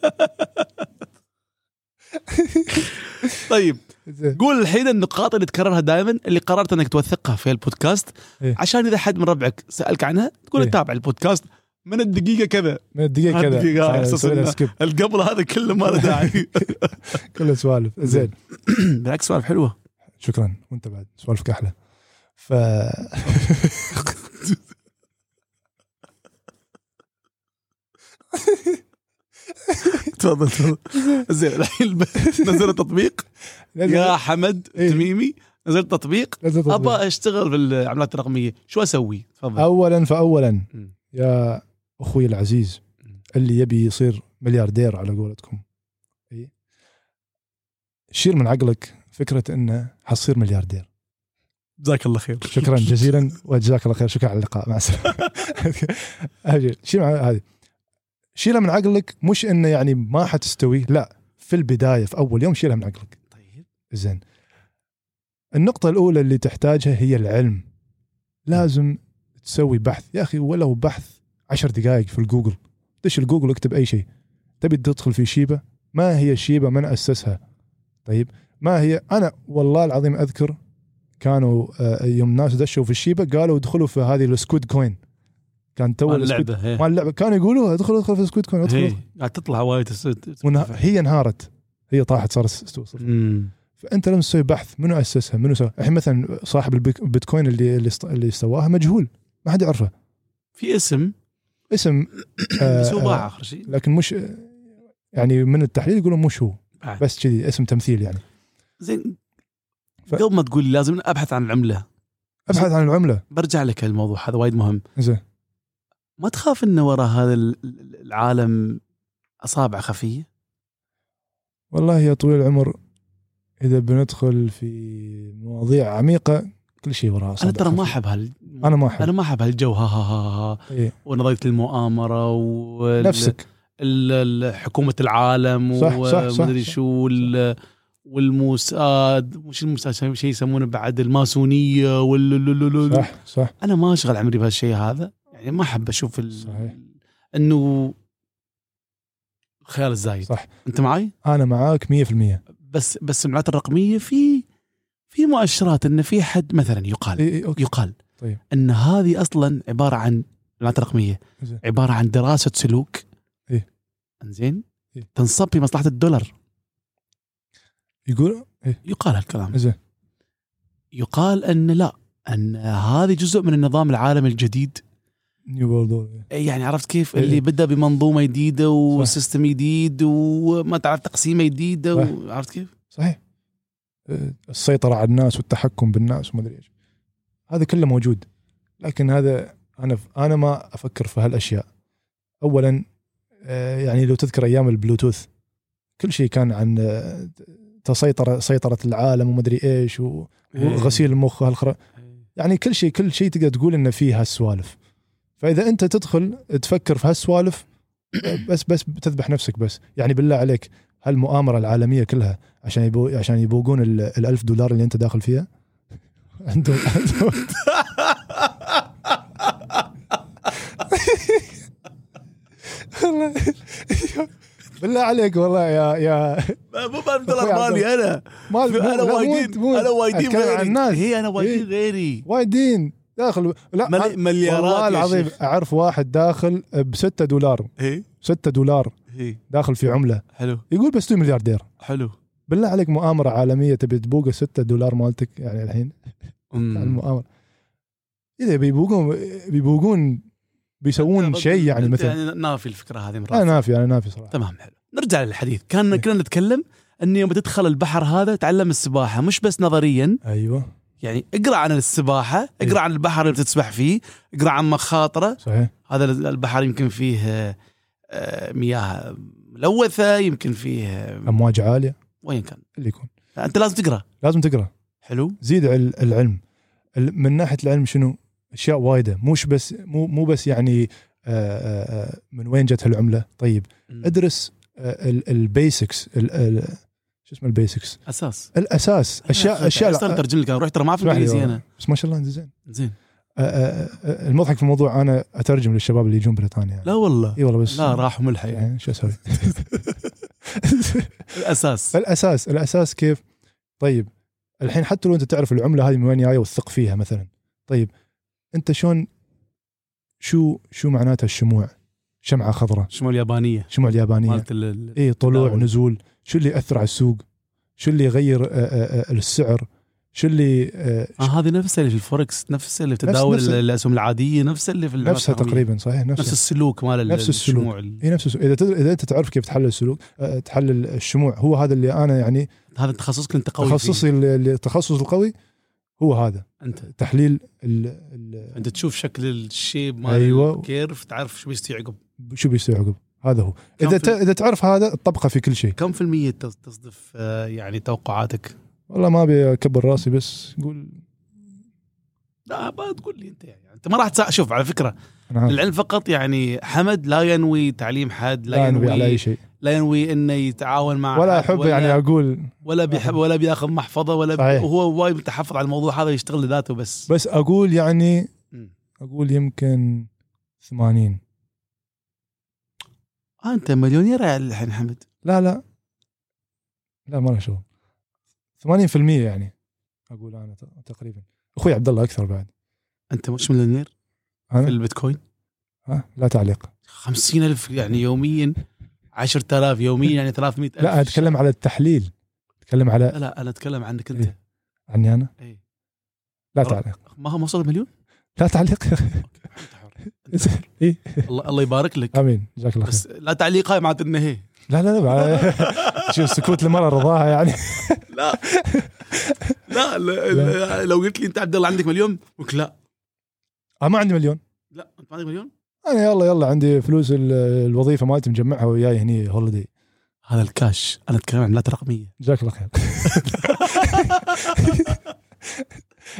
Speaker 1: طيب
Speaker 3: زين
Speaker 1: قول الحين النقاط اللي تكررها دائما اللي قررت انك توثقها في البودكاست
Speaker 3: إيه.
Speaker 1: عشان اذا حد من ربعك سالك عنها تقول
Speaker 3: إيه.
Speaker 1: تابع البودكاست من الدقيقه كذا
Speaker 3: من الدقيقه
Speaker 1: هاد
Speaker 3: كذا
Speaker 1: الدقيقة هاي
Speaker 3: صح،
Speaker 1: أساس
Speaker 3: سوينا
Speaker 1: إنه-
Speaker 3: سكيب
Speaker 1: القبل هذا كله ما له داعي
Speaker 3: كلها سوالف زين
Speaker 1: بالعكس سوالف حلوه
Speaker 3: شكرا وانت بعد سوالفك احلى ف
Speaker 1: تفضل تفضل زين الحين نزل تطبيق يا
Speaker 3: لازم
Speaker 1: حمد
Speaker 3: إيه.
Speaker 1: تميمي نزلت تطبيق
Speaker 3: لازم تضبط.
Speaker 1: ابى اشتغل بالعملات الرقميه شو اسوي تفضل
Speaker 3: اولا فاولا
Speaker 1: مم.
Speaker 3: يا اخوي العزيز
Speaker 1: مم.
Speaker 3: اللي يبي يصير ملياردير على قولتكم اي شيل من عقلك فكره انه حتصير ملياردير
Speaker 1: جزاك الله خير
Speaker 3: شكرا جزيلا وجزاك الله خير شكرا على اللقاء مع السلامه أجل، شيل من هذه شيلها من عقلك مش انه يعني ما حتستوي لا في البدايه في اول يوم شيلها من عقلك
Speaker 1: طيب
Speaker 3: زين النقطة الأولى اللي تحتاجها هي العلم لازم تسوي بحث يا أخي ولو بحث عشر دقائق في الجوجل دش الجوجل اكتب أي شيء تبي تدخل في شيبة ما هي شيبة من أسسها طيب ما هي أنا والله العظيم أذكر كانوا آه، يوم ناس دشوا في الشيبة قالوا ادخلوا في هذه السكويد كوين كان تو
Speaker 1: مال
Speaker 3: السكويد-
Speaker 1: اللعبه إيه.
Speaker 3: مال اللعبة كانوا يقولوا ادخلوا ادخلوا في السكويد كوين ادخلوا
Speaker 1: إيه.
Speaker 3: ادخلوا.
Speaker 1: قاعد تطلع وايد
Speaker 3: ونها- هي انهارت هي طاحت صارت صفر
Speaker 1: مم.
Speaker 3: فانت لما تسوي بحث منو اسسها منو سوى الحين مثلا صاحب البيك- البيتكوين اللي اللي است- اللي سواها مجهول ما حد يعرفه
Speaker 1: في اسم
Speaker 3: اسم آه،
Speaker 1: بس هو باع
Speaker 3: آه،
Speaker 1: اخر شيء
Speaker 3: لكن مش يعني من التحليل يقولون مش هو
Speaker 1: باع.
Speaker 3: بس كذي اسم تمثيل يعني
Speaker 1: زين
Speaker 3: ف-
Speaker 1: قبل ما تقول لي لازم ابحث عن العمله
Speaker 3: ابحث عن العمله
Speaker 1: برجع لك الموضوع هذا وايد مهم
Speaker 3: زين
Speaker 1: ما تخاف ان وراء هذا ال- ال- العالم اصابع خفيه
Speaker 3: والله يا طويل العمر اذا بندخل في مواضيع عميقه كل شيء وراه
Speaker 1: انا
Speaker 3: أصابع
Speaker 1: ترى ما
Speaker 3: خفية.
Speaker 1: احب هال
Speaker 3: انا ما احب
Speaker 1: انا ما احب هالجو ها ها ها, ها
Speaker 3: إيه.
Speaker 1: ونظريه المؤامره وال...
Speaker 3: نفسك
Speaker 1: ال- ال- حكومه العالم
Speaker 3: صح، صح، صح،
Speaker 1: ومدري
Speaker 3: صح.
Speaker 1: شو ال- والموساد مش الموساد شيء شيء يسمونه بعد الماسونيه وال ال- ال- ال-
Speaker 3: صح صح
Speaker 1: انا ما اشغل عمري بهالشيء هذا يعني ما احب اشوف ال...
Speaker 3: صحيح.
Speaker 1: انه الخيال الزايد
Speaker 3: صح.
Speaker 1: انت معي
Speaker 3: انا معاك 100%
Speaker 1: بس بس السمعات الرقميه في في مؤشرات ان في حد مثلا يقال
Speaker 3: اي اي اوكي
Speaker 1: يقال
Speaker 3: طيب.
Speaker 1: ان هذه اصلا عباره عن العملات الرقميه
Speaker 3: زين.
Speaker 1: عباره عن دراسه سلوك
Speaker 3: إيه.
Speaker 1: انزين
Speaker 3: إيه.
Speaker 1: تنصب في مصلحه الدولار
Speaker 3: يقول
Speaker 1: يقال هالكلام
Speaker 3: زين
Speaker 1: يقال ان لا ان هذه جزء من النظام العالمي الجديد
Speaker 3: نيو وورلد
Speaker 1: يعني عرفت كيف
Speaker 3: إيه.
Speaker 1: اللي بدا بمنظومه جديده وسيستم جديد وما تعرف تقسيمه جديده
Speaker 3: صح.
Speaker 1: وعرفت كيف؟
Speaker 3: صحيح أه، السيطرة على الناس والتحكم بالناس وما ادري ايش هذا كله موجود لكن هذا انا انا ما افكر في هالاشياء اولا أه، يعني لو تذكر ايام البلوتوث كل شيء كان عن أه، تسيطرة سيطرة العالم وما ادري ايش و-
Speaker 1: إيه.
Speaker 3: وغسيل المخ هالخر... يعني كل شيء كل شيء تقدر تقول انه فيه هالسوالف فاذا انت تدخل تفكر في هالسوالف بس بس بتذبح نفسك بس يعني بالله عليك هالمؤامره العالميه كلها عشان يبو عشان يبوقون ال ال 1000 دولار اللي انت داخل فيها عندهم عندهم والله بالله عليك والله يا يا
Speaker 2: مو بال دولار
Speaker 3: أخوي عبد
Speaker 2: مالي انا
Speaker 3: ما
Speaker 2: انا وايدين انا وايدين
Speaker 3: غيري الناس
Speaker 1: هي انا وايد
Speaker 3: إيه.
Speaker 1: غيري
Speaker 3: وايدين داخل لا
Speaker 1: مل- مليارات
Speaker 3: والله
Speaker 1: يا
Speaker 3: العظيم
Speaker 1: شيخ.
Speaker 3: اعرف واحد داخل ب 6 دولار
Speaker 1: ايه
Speaker 3: 6 دولار
Speaker 1: ايه
Speaker 3: داخل في عمله
Speaker 1: حلو
Speaker 3: يقول بس 2 ملياردير
Speaker 1: حلو
Speaker 3: بالله عليك مؤامره عالميه تبي تبوق 6 دولار مالتك يعني الحين
Speaker 1: أمم.
Speaker 3: المؤامره اذا بيبوقون بيبوقون بيسوون شيء يعني
Speaker 1: أنت
Speaker 3: مثلا
Speaker 1: يعني نافي الفكره هذه من
Speaker 3: انا
Speaker 1: راسك
Speaker 3: نافي انا نافي صراحه
Speaker 1: تمام حلو نرجع للحديث
Speaker 3: إيه.
Speaker 1: كان كنا نتكلم ان يوم تدخل البحر هذا تعلم السباحه مش بس نظريا
Speaker 3: ايوه
Speaker 1: يعني اقرا عن السباحه
Speaker 3: إيه.
Speaker 1: اقرا عن البحر اللي بتسبح فيه اقرا عن مخاطره
Speaker 3: صحيح
Speaker 1: هذا البحر يمكن فيه آه، آه، مياه ملوثه يمكن فيه آه،
Speaker 3: امواج عاليه
Speaker 1: وين كان
Speaker 3: اللي يكون
Speaker 1: فانت لازم تقرا
Speaker 3: لازم تقرا
Speaker 1: حلو
Speaker 3: زيد عل- العلم ال- من ناحيه العلم شنو اشياء وايده مش بس مو مو بس يعني آه، آه، آه، من وين جت هالعمله طيب ادرس آه، البيسكس شو اسمه البيسكس
Speaker 1: اساس
Speaker 3: الاساس
Speaker 1: آه،
Speaker 3: اشياء
Speaker 1: استنى
Speaker 3: اشياء
Speaker 1: ترجم لك انا رحت ترى ما اعرف انجليزي انا
Speaker 3: بس ما شاء الله انت زين
Speaker 1: زين
Speaker 3: آه، آه، آه، المضحك في الموضوع انا اترجم للشباب اللي يجون بريطانيا يعني.
Speaker 1: لا والله
Speaker 3: اي والله بس
Speaker 1: لا راح ملحق
Speaker 3: يعني شو اسوي
Speaker 1: الاساس
Speaker 3: الاساس الاساس كيف طيب الحين حتى لو انت تعرف العمله هذه من وين جايه وتثق فيها مثلا طيب انت شلون شو شو معناتها الشموع شمعه خضراء
Speaker 1: شمال اليابانيه
Speaker 3: شموع اليابانيه
Speaker 1: مالت ال- ال-
Speaker 3: اي طلوع
Speaker 1: تداول.
Speaker 3: نزول شو اللي ياثر على السوق شو اللي يغير آه، آه، آه، السعر شو اللي آه،
Speaker 1: اه هذه نفسها اللي في الفوركس نفسها اللي بتداول
Speaker 3: نفس-
Speaker 1: الاسهم العاديه نفسها اللي في العملات
Speaker 3: نفسها
Speaker 1: الرقمية.
Speaker 3: تقريبا صحيح
Speaker 1: نفس
Speaker 3: نفسها
Speaker 1: السلوك مال ال-
Speaker 3: نفس السلوك.
Speaker 1: الشموع ال-
Speaker 3: اي نفس السوق اذا تدر- اذا انت تعرف كيف تحلل السلوك آه، تحلل الشموع هو هذا اللي انا يعني
Speaker 1: هذا تخصصك انت قوي تخصصي
Speaker 3: تخصصي اللي- اللي- التخصص القوي هو هذا
Speaker 1: انت
Speaker 3: تحليل ال ال
Speaker 1: انت تشوف شكل الشيب مال
Speaker 3: أيوة.
Speaker 1: أيوة. الكيرف تعرف شو بيصير يعقب
Speaker 3: شو بيصير عقب هذا هو
Speaker 1: كم
Speaker 3: اذا
Speaker 1: في-
Speaker 3: ت- اذا تعرف هذا تطبقه في كل شيء
Speaker 1: كم في المية تص- تصدف آه، يعني توقعاتك؟
Speaker 3: والله ما ابي اكبر راسي بس قول
Speaker 1: لا ما تقول لي انت يعني انت ما راح تسا... شوف على فكره
Speaker 3: انا عارف.
Speaker 1: العلم فقط يعني حمد لا ينوي تعليم حد لا,
Speaker 3: لا
Speaker 1: ينوي
Speaker 3: انوي على اي شيء
Speaker 1: لا ينوي انه يتعاون مع
Speaker 3: ولا
Speaker 1: حد
Speaker 3: احب
Speaker 1: ولا
Speaker 3: يعني اقول
Speaker 1: ولا بيحب ولا بياخذ محفظه ولا بي...
Speaker 3: صحيح.
Speaker 1: هو وايد متحفظ على الموضوع هذا يشتغل لذاته بس
Speaker 3: بس اقول يعني
Speaker 1: مم.
Speaker 3: اقول يمكن 80
Speaker 1: آه انت مليونير يا الحين حمد
Speaker 3: لا لا لا ما له شغل 80% يعني اقول انا ت- تقريبا اخوي عبد الله اكثر بعد
Speaker 1: انت مش مليونير في
Speaker 3: انا
Speaker 1: البيتكوين
Speaker 3: ها لا تعليق
Speaker 1: خمسين ألف يعني يوميا 10000 يوميا يعني 300 ألف
Speaker 3: لا اتكلم على التحليل اتكلم على
Speaker 1: لا لا انا اتكلم عنك انت
Speaker 3: إيه. عني انا
Speaker 1: إيه.
Speaker 3: لا
Speaker 1: طبعاً.
Speaker 3: تعليق
Speaker 1: ما هو ما وصل مليون؟
Speaker 3: لا تعليق
Speaker 1: أنت حر. الله الله يبارك لك
Speaker 3: امين جزاك إيه. الله خير
Speaker 1: بس لا تعليق هاي معناته انه هي
Speaker 3: لا لا لا شوف سكوت المرأة رضاها يعني
Speaker 1: لا لا, لا, لا لو قلت لي انت عبد الله عندك مليون قلت لا
Speaker 3: أنا ما عندي مليون
Speaker 1: لا انت ما عندك مليون
Speaker 3: انا يلا يلا عندي فلوس ال- الوظيفه مالتي مجمعها وياي هني هوليدي
Speaker 1: هذا الكاش انا اتكلم عن عملات رقميه
Speaker 3: جزاك الله خير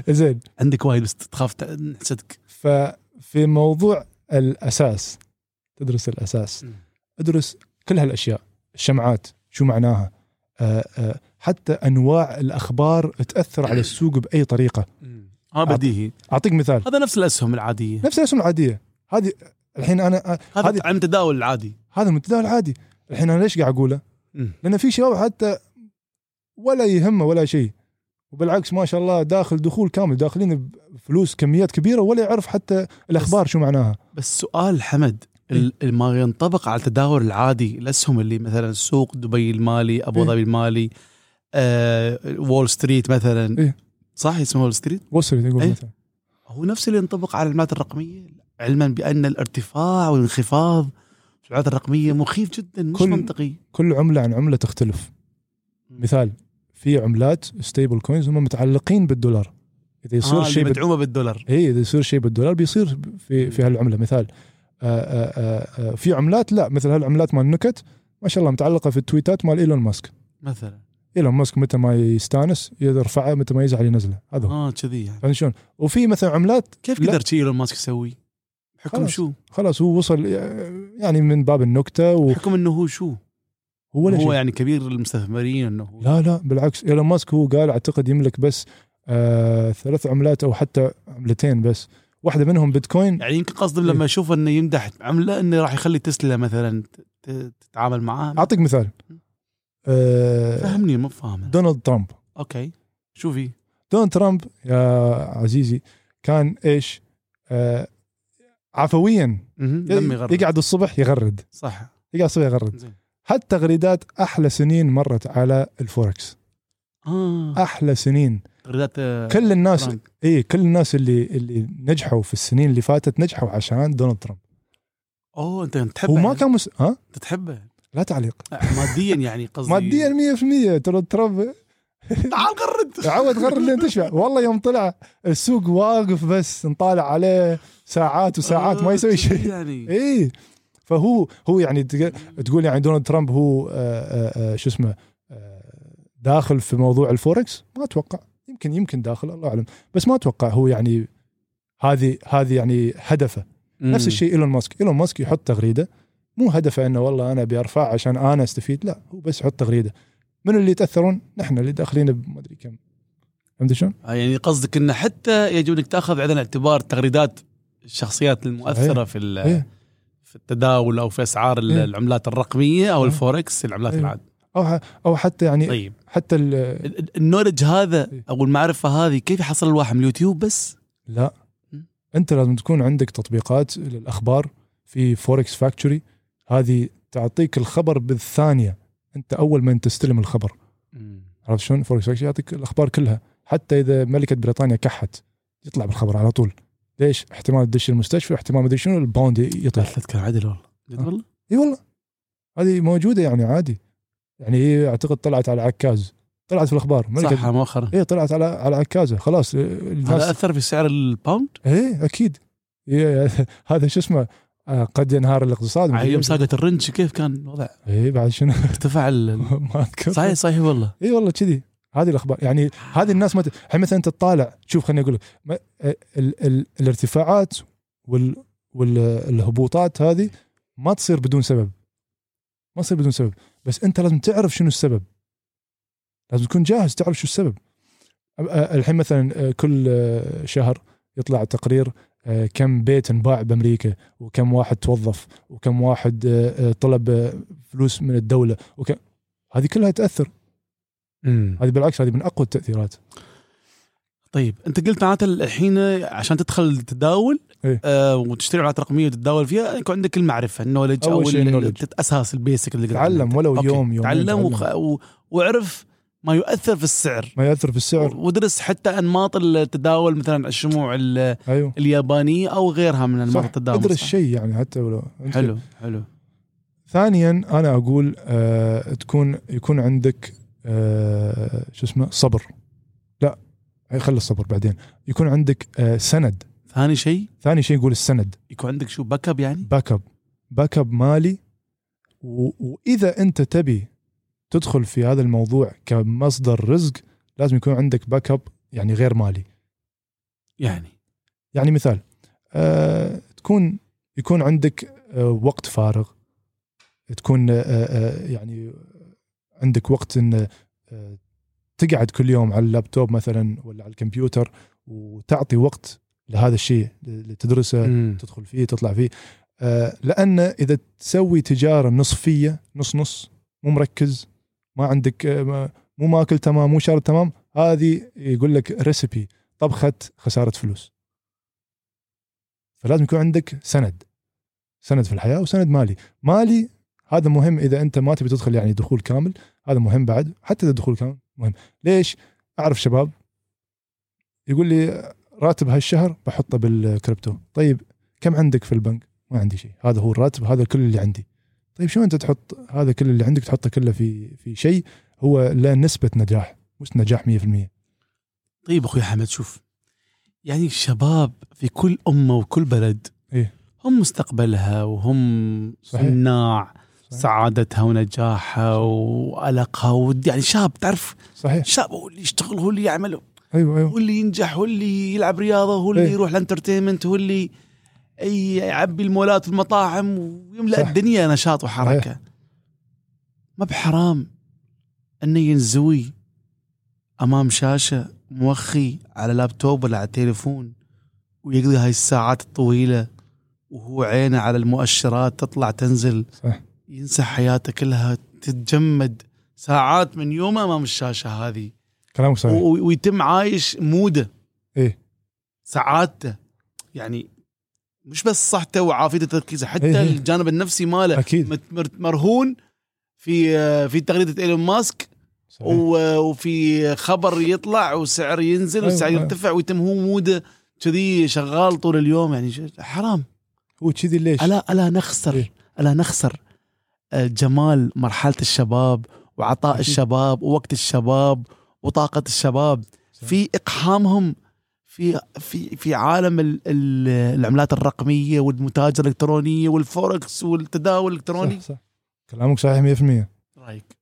Speaker 3: زين
Speaker 1: عندك وايد بس تخاف ت- نحسدك
Speaker 3: ففي موضوع الاساس تدرس الاساس
Speaker 1: مم.
Speaker 3: ادرس كل هالاشياء الشمعات شو معناها آه، آه، حتى انواع الاخبار تاثر على السوق باي طريقه
Speaker 1: اه بديهي
Speaker 3: اعطيك مثال
Speaker 1: هذا نفس الاسهم العاديه
Speaker 3: نفس الاسهم العاديه هذه الحين انا آه،
Speaker 1: هذا
Speaker 3: هذه-
Speaker 1: علم تداول العادي
Speaker 3: هذا المتداول العادي الحين انا ليش قاعد اقوله؟
Speaker 1: مم.
Speaker 3: لان في شباب حتى ولا يهمه ولا شيء وبالعكس ما شاء الله داخل دخول كامل داخلين بفلوس كميات كبيره ولا يعرف حتى الاخبار شو معناها
Speaker 1: بس سؤال حمد
Speaker 3: إيه.
Speaker 1: ال- ما ينطبق على التداول العادي الاسهم اللي مثلا سوق دبي المالي ابو
Speaker 3: إيه.
Speaker 1: ظبي المالي آه، وول ستريت مثلا
Speaker 3: إيه.
Speaker 1: صح اسمه وول ستريت
Speaker 3: وصل يقول
Speaker 1: أي.
Speaker 3: مثلا
Speaker 1: هو نفس اللي ينطبق على العملات الرقميه علما بان الارتفاع والانخفاض في العملات الرقميه مخيف جدا مش
Speaker 3: كل-
Speaker 1: منطقي
Speaker 3: كل عمله عن عمله تختلف مثال في عملات ستيبل كوينز هم متعلقين بالدولار اذا يصير
Speaker 1: يصير آه
Speaker 3: شيء
Speaker 1: شيء
Speaker 3: بال...
Speaker 1: مدعومه بالدولار
Speaker 3: اي اذا يصير شيء بالدولار بيصير في في هالعمله مثال آه، آآ آآ آآ في عملات لا مثل هالعملات مال نكت ما شاء الله متعلقه في التويتات مال ايلون ماسك
Speaker 1: مثلا
Speaker 3: ايلون ماسك متى ما يستانس يرفعه متى ما يزعل ينزله هذا هو
Speaker 1: اه كذي يعني
Speaker 3: فهمت شلون؟ وفي مثلا عملات
Speaker 1: كيف
Speaker 3: لا.
Speaker 1: قدر شي ايلون ماسك يسوي؟ بحكم
Speaker 3: خلاص.
Speaker 1: شو؟
Speaker 3: خلاص هو وصل يعني من باب النكته وهو
Speaker 1: بحكم انه هو شو؟
Speaker 3: ولا
Speaker 1: هو
Speaker 3: شيء
Speaker 1: يعني كبير المستثمرين انه هو
Speaker 3: لا لا بالعكس ايلون ماسك هو قال اعتقد يملك بس آه ثلاث عملات او حتى عملتين بس واحده منهم بيتكوين
Speaker 1: يعني يمكن قصدهم
Speaker 3: إيه.
Speaker 1: لما يشوف انه يمدح عمله انه راح يخلي تسلا مثلا ت- ت- تتعامل معاه
Speaker 3: اعطيك مثال آه
Speaker 1: فهمني مو فاهمه
Speaker 3: دونالد ترامب
Speaker 1: اوكي شو في؟
Speaker 3: دونالد ترامب يا عزيزي كان ايش؟ آه عفويا
Speaker 1: مهم. لما يغرد
Speaker 3: يقعد الصبح يغرد
Speaker 1: صح
Speaker 3: يقعد الصبح يغرد
Speaker 1: زين
Speaker 3: هالتغريدات احلى سنين مرت على الفوركس
Speaker 1: اه
Speaker 3: احلى سنين
Speaker 1: تغريدات آه،
Speaker 3: كل الناس
Speaker 1: ترامب.
Speaker 3: اي كل الناس اللي اللي نجحوا في السنين اللي فاتت نجحوا عشان دونالد ترامب
Speaker 1: اوه انت تحبه
Speaker 3: هو ما
Speaker 1: يعني.
Speaker 3: كان مس... ها
Speaker 1: انت تحبه
Speaker 3: لا تعليق
Speaker 1: ماديا يعني قصدي
Speaker 3: ماديا 100% ترى ترامب
Speaker 2: تعال غرد
Speaker 3: عود غر اللي تشبع والله يوم طلع السوق واقف بس نطالع عليه ساعات وساعات ما يسوي شيء إيه،
Speaker 1: يعني
Speaker 3: اي فهو هو يعني تق- تقول يعني دونالد ترامب هو آه، آه، آه، شو اسمه آه، داخل في موضوع الفوركس ما اتوقع يمكن يمكن داخل الله اعلم بس ما اتوقع هو يعني هذه هذه يعني هدفه نفس الشيء ايلون ماسك ايلون ماسك يحط تغريده مو هدفه انه والله انا بيرفع عشان انا استفيد لا هو بس يحط تغريده من اللي يتاثرون نحن اللي داخلين بما ادري كم فهمت شلون؟
Speaker 1: آه، يعني قصدك انه حتى يجب انك تاخذ عين الاعتبار تغريدات الشخصيات المؤثره في ال-
Speaker 3: إيه.
Speaker 1: في التداول او في اسعار ال-
Speaker 3: إيه.
Speaker 1: العملات الرقميه او
Speaker 3: إيه.
Speaker 1: الفوركس العملات
Speaker 3: إيه.
Speaker 1: العاديه
Speaker 3: او ح- او حتى يعني
Speaker 1: طيب
Speaker 3: حتى ال-
Speaker 1: ال- ال- النولج هذا
Speaker 3: إيه.
Speaker 1: او المعرفه هذه كيف يحصل الواحد من اليوتيوب بس
Speaker 3: لا
Speaker 1: مم.
Speaker 3: انت لازم تكون عندك تطبيقات للاخبار في فوركس فاكتوري هذه تعطيك الخبر بالثانيه انت اول من تستلم الخبر عرفت شلون فوركس فاكتوري يعطيك الاخبار كلها حتى اذا ملكه بريطانيا كحت يطلع بالخبر على طول ليش؟ احتمال تدش المستشفى احتمال ما ادري شنو الباوند يطيح
Speaker 1: بحثت كان عدل والله جد
Speaker 3: آه.
Speaker 1: والله
Speaker 3: اي والله هذه موجوده يعني عادي يعني هي اعتقد طلعت على عكاز طلعت في الاخبار
Speaker 1: صح
Speaker 3: ملكه
Speaker 1: مؤخرا
Speaker 3: اي طلعت على على عكازه خلاص الناس
Speaker 1: هذا اثر في سعر الباوند
Speaker 3: ايه اكيد إيه هذا شو اسمه آه، قد ينهار الاقتصاد
Speaker 1: على يوم ساقط الرنج كيف كان الوضع
Speaker 3: ايه بعد شنو
Speaker 1: ارتفع ال-
Speaker 3: ما اذكر
Speaker 1: صحيح صحيح والله
Speaker 3: اي إيه والله كذي هذه الاخبار يعني هذه الناس ما ت- الحين مثلا انت تطالع شوف خليني اقول لك ما- آه، ال- ال- الارتفاعات وال والهبوطات هذه ما تصير بدون سبب ما تصير بدون سبب بس انت لازم تعرف شنو السبب لازم تكون جاهز تعرف شو السبب أ- أ- الحين مثلا آه، كل آه، شهر يطلع تقرير آه، كم بيت انباع بامريكا وكم واحد توظف وكم واحد آه، آه، طلب آه، فلوس من الدوله وكم هذه كلها تاثر هذه بالعكس هذه من اقوى التاثيرات
Speaker 1: طيب انت قلت معناته الحين عشان تدخل تداول
Speaker 3: إيه.
Speaker 1: آه وتشتري عملات رقميه وتتداول فيها يكون عندك المعرفه النولج
Speaker 3: أول
Speaker 1: او
Speaker 3: شيء
Speaker 1: ال-
Speaker 3: النولج.
Speaker 1: الت- اساس البيسك اللي قلت
Speaker 3: تعلم
Speaker 1: عنه.
Speaker 3: ولو
Speaker 1: أوكي.
Speaker 3: يوم يوم
Speaker 1: تعلم وخ... و... واعرف ما يؤثر في السعر
Speaker 3: ما ياثر في السعر
Speaker 1: ودرس حتى انماط التداول مثلا الشموع ال-
Speaker 3: ايوه
Speaker 1: اليابانيه او غيرها من انماط
Speaker 3: صح
Speaker 1: التداول
Speaker 3: ادرس
Speaker 1: صح؟
Speaker 3: شيء يعني حتى ولو
Speaker 1: حلو حلو
Speaker 3: ثانيا انا اقول آه تكون يكون عندك آه شو اسمه صبر لا خلي الصبر بعدين يكون عندك آه سند
Speaker 1: ثاني شيء
Speaker 3: ثاني شيء يقول السند
Speaker 1: يكون عندك شو باك اب يعني
Speaker 3: باك اب باك اب مالي و... واذا انت تبي تدخل في هذا الموضوع كمصدر رزق لازم يكون عندك باك اب يعني غير مالي
Speaker 1: يعني
Speaker 3: يعني مثال آه، تكون يكون عندك آه، وقت فارغ تكون آه، آه، يعني عندك وقت ان آه، تقعد كل يوم على اللابتوب مثلا ولا على الكمبيوتر وتعطي وقت لهذا الشيء اللي تدرسه
Speaker 1: مم.
Speaker 3: تدخل فيه تطلع فيه آه، لان اذا تسوي تجاره نصفيه نص نص مو مركز ما عندك آه، ما- مو ماكل تمام مو شارب تمام هذه يقول لك ريسبي طبخه خساره فلوس فلازم يكون عندك سند سند في الحياه وسند مالي مالي هذا مهم اذا انت ما تبي تدخل يعني دخول كامل هذا مهم بعد حتى اذا دخول كامل مهم ليش اعرف شباب يقول لي راتب هالشهر بحطه بالكريبتو طيب كم عندك في البنك ما عندي شيء هذا هو الراتب هذا كل اللي عندي طيب شو انت تحط هذا كل اللي عندك تحطه كله في في شيء هو له نسبه نجاح مش نجاح 100%
Speaker 1: طيب اخوي حمد شوف يعني الشباب في كل امه وكل بلد
Speaker 3: إيه.
Speaker 1: هم مستقبلها وهم
Speaker 3: صحيح.
Speaker 1: صناع
Speaker 3: صحيح.
Speaker 1: سعادتها ونجاحها وقلقها ود- يعني شاب تعرف
Speaker 3: صحيح
Speaker 1: شاب هو اللي يشتغل هو اللي يعمل
Speaker 3: ايوه ايوه
Speaker 1: هو اللي ينجح هو اللي يلعب رياضه هو اللي
Speaker 3: إيه.
Speaker 1: يروح الانترتينمنت هو اللي أي- يعبي المولات والمطاعم ويملا
Speaker 3: صح.
Speaker 1: الدنيا نشاط وحركه ما بحرام انه ينزوي امام شاشه موخي على لابتوب ولا على تليفون ويقضي هاي الساعات الطويله وهو عينه على المؤشرات تطلع تنزل
Speaker 3: صح.
Speaker 1: ينسى حياته كلها تتجمد ساعات من يومه امام الشاشه هذه
Speaker 3: كلامك صحيح
Speaker 1: و- ويتم عايش موده
Speaker 3: طيب. إيه.
Speaker 1: سعادته يعني مش بس صحته وعافيته تركيزه حتى
Speaker 3: إيه،
Speaker 1: إيه.
Speaker 3: إيه.
Speaker 1: الجانب النفسي ماله
Speaker 3: اكيد
Speaker 1: مت- مر- مرهون في آه، في تغريده ايلون ماسك
Speaker 3: صحيح.
Speaker 1: و- آه، وفي خبر يطلع وسعر ينزل
Speaker 3: أيوة،
Speaker 1: والسعر
Speaker 3: أيوة.
Speaker 1: يرتفع ويتم هو موده كذي شغال طول اليوم يعني ش- حرام
Speaker 3: هو كذي ليش؟
Speaker 1: الا الا نخسر
Speaker 3: إيه.
Speaker 1: الا نخسر آه، جمال مرحله الشباب وعطاء
Speaker 3: أكيد.
Speaker 1: الشباب ووقت الشباب وطاقه الشباب
Speaker 3: صح.
Speaker 1: في اقحامهم في في في عالم ال- ال- العملات الرقميه والمتاجر الالكترونيه والفوركس والتداول الالكتروني
Speaker 3: صح صح كلامك صحيح 100%
Speaker 1: رايك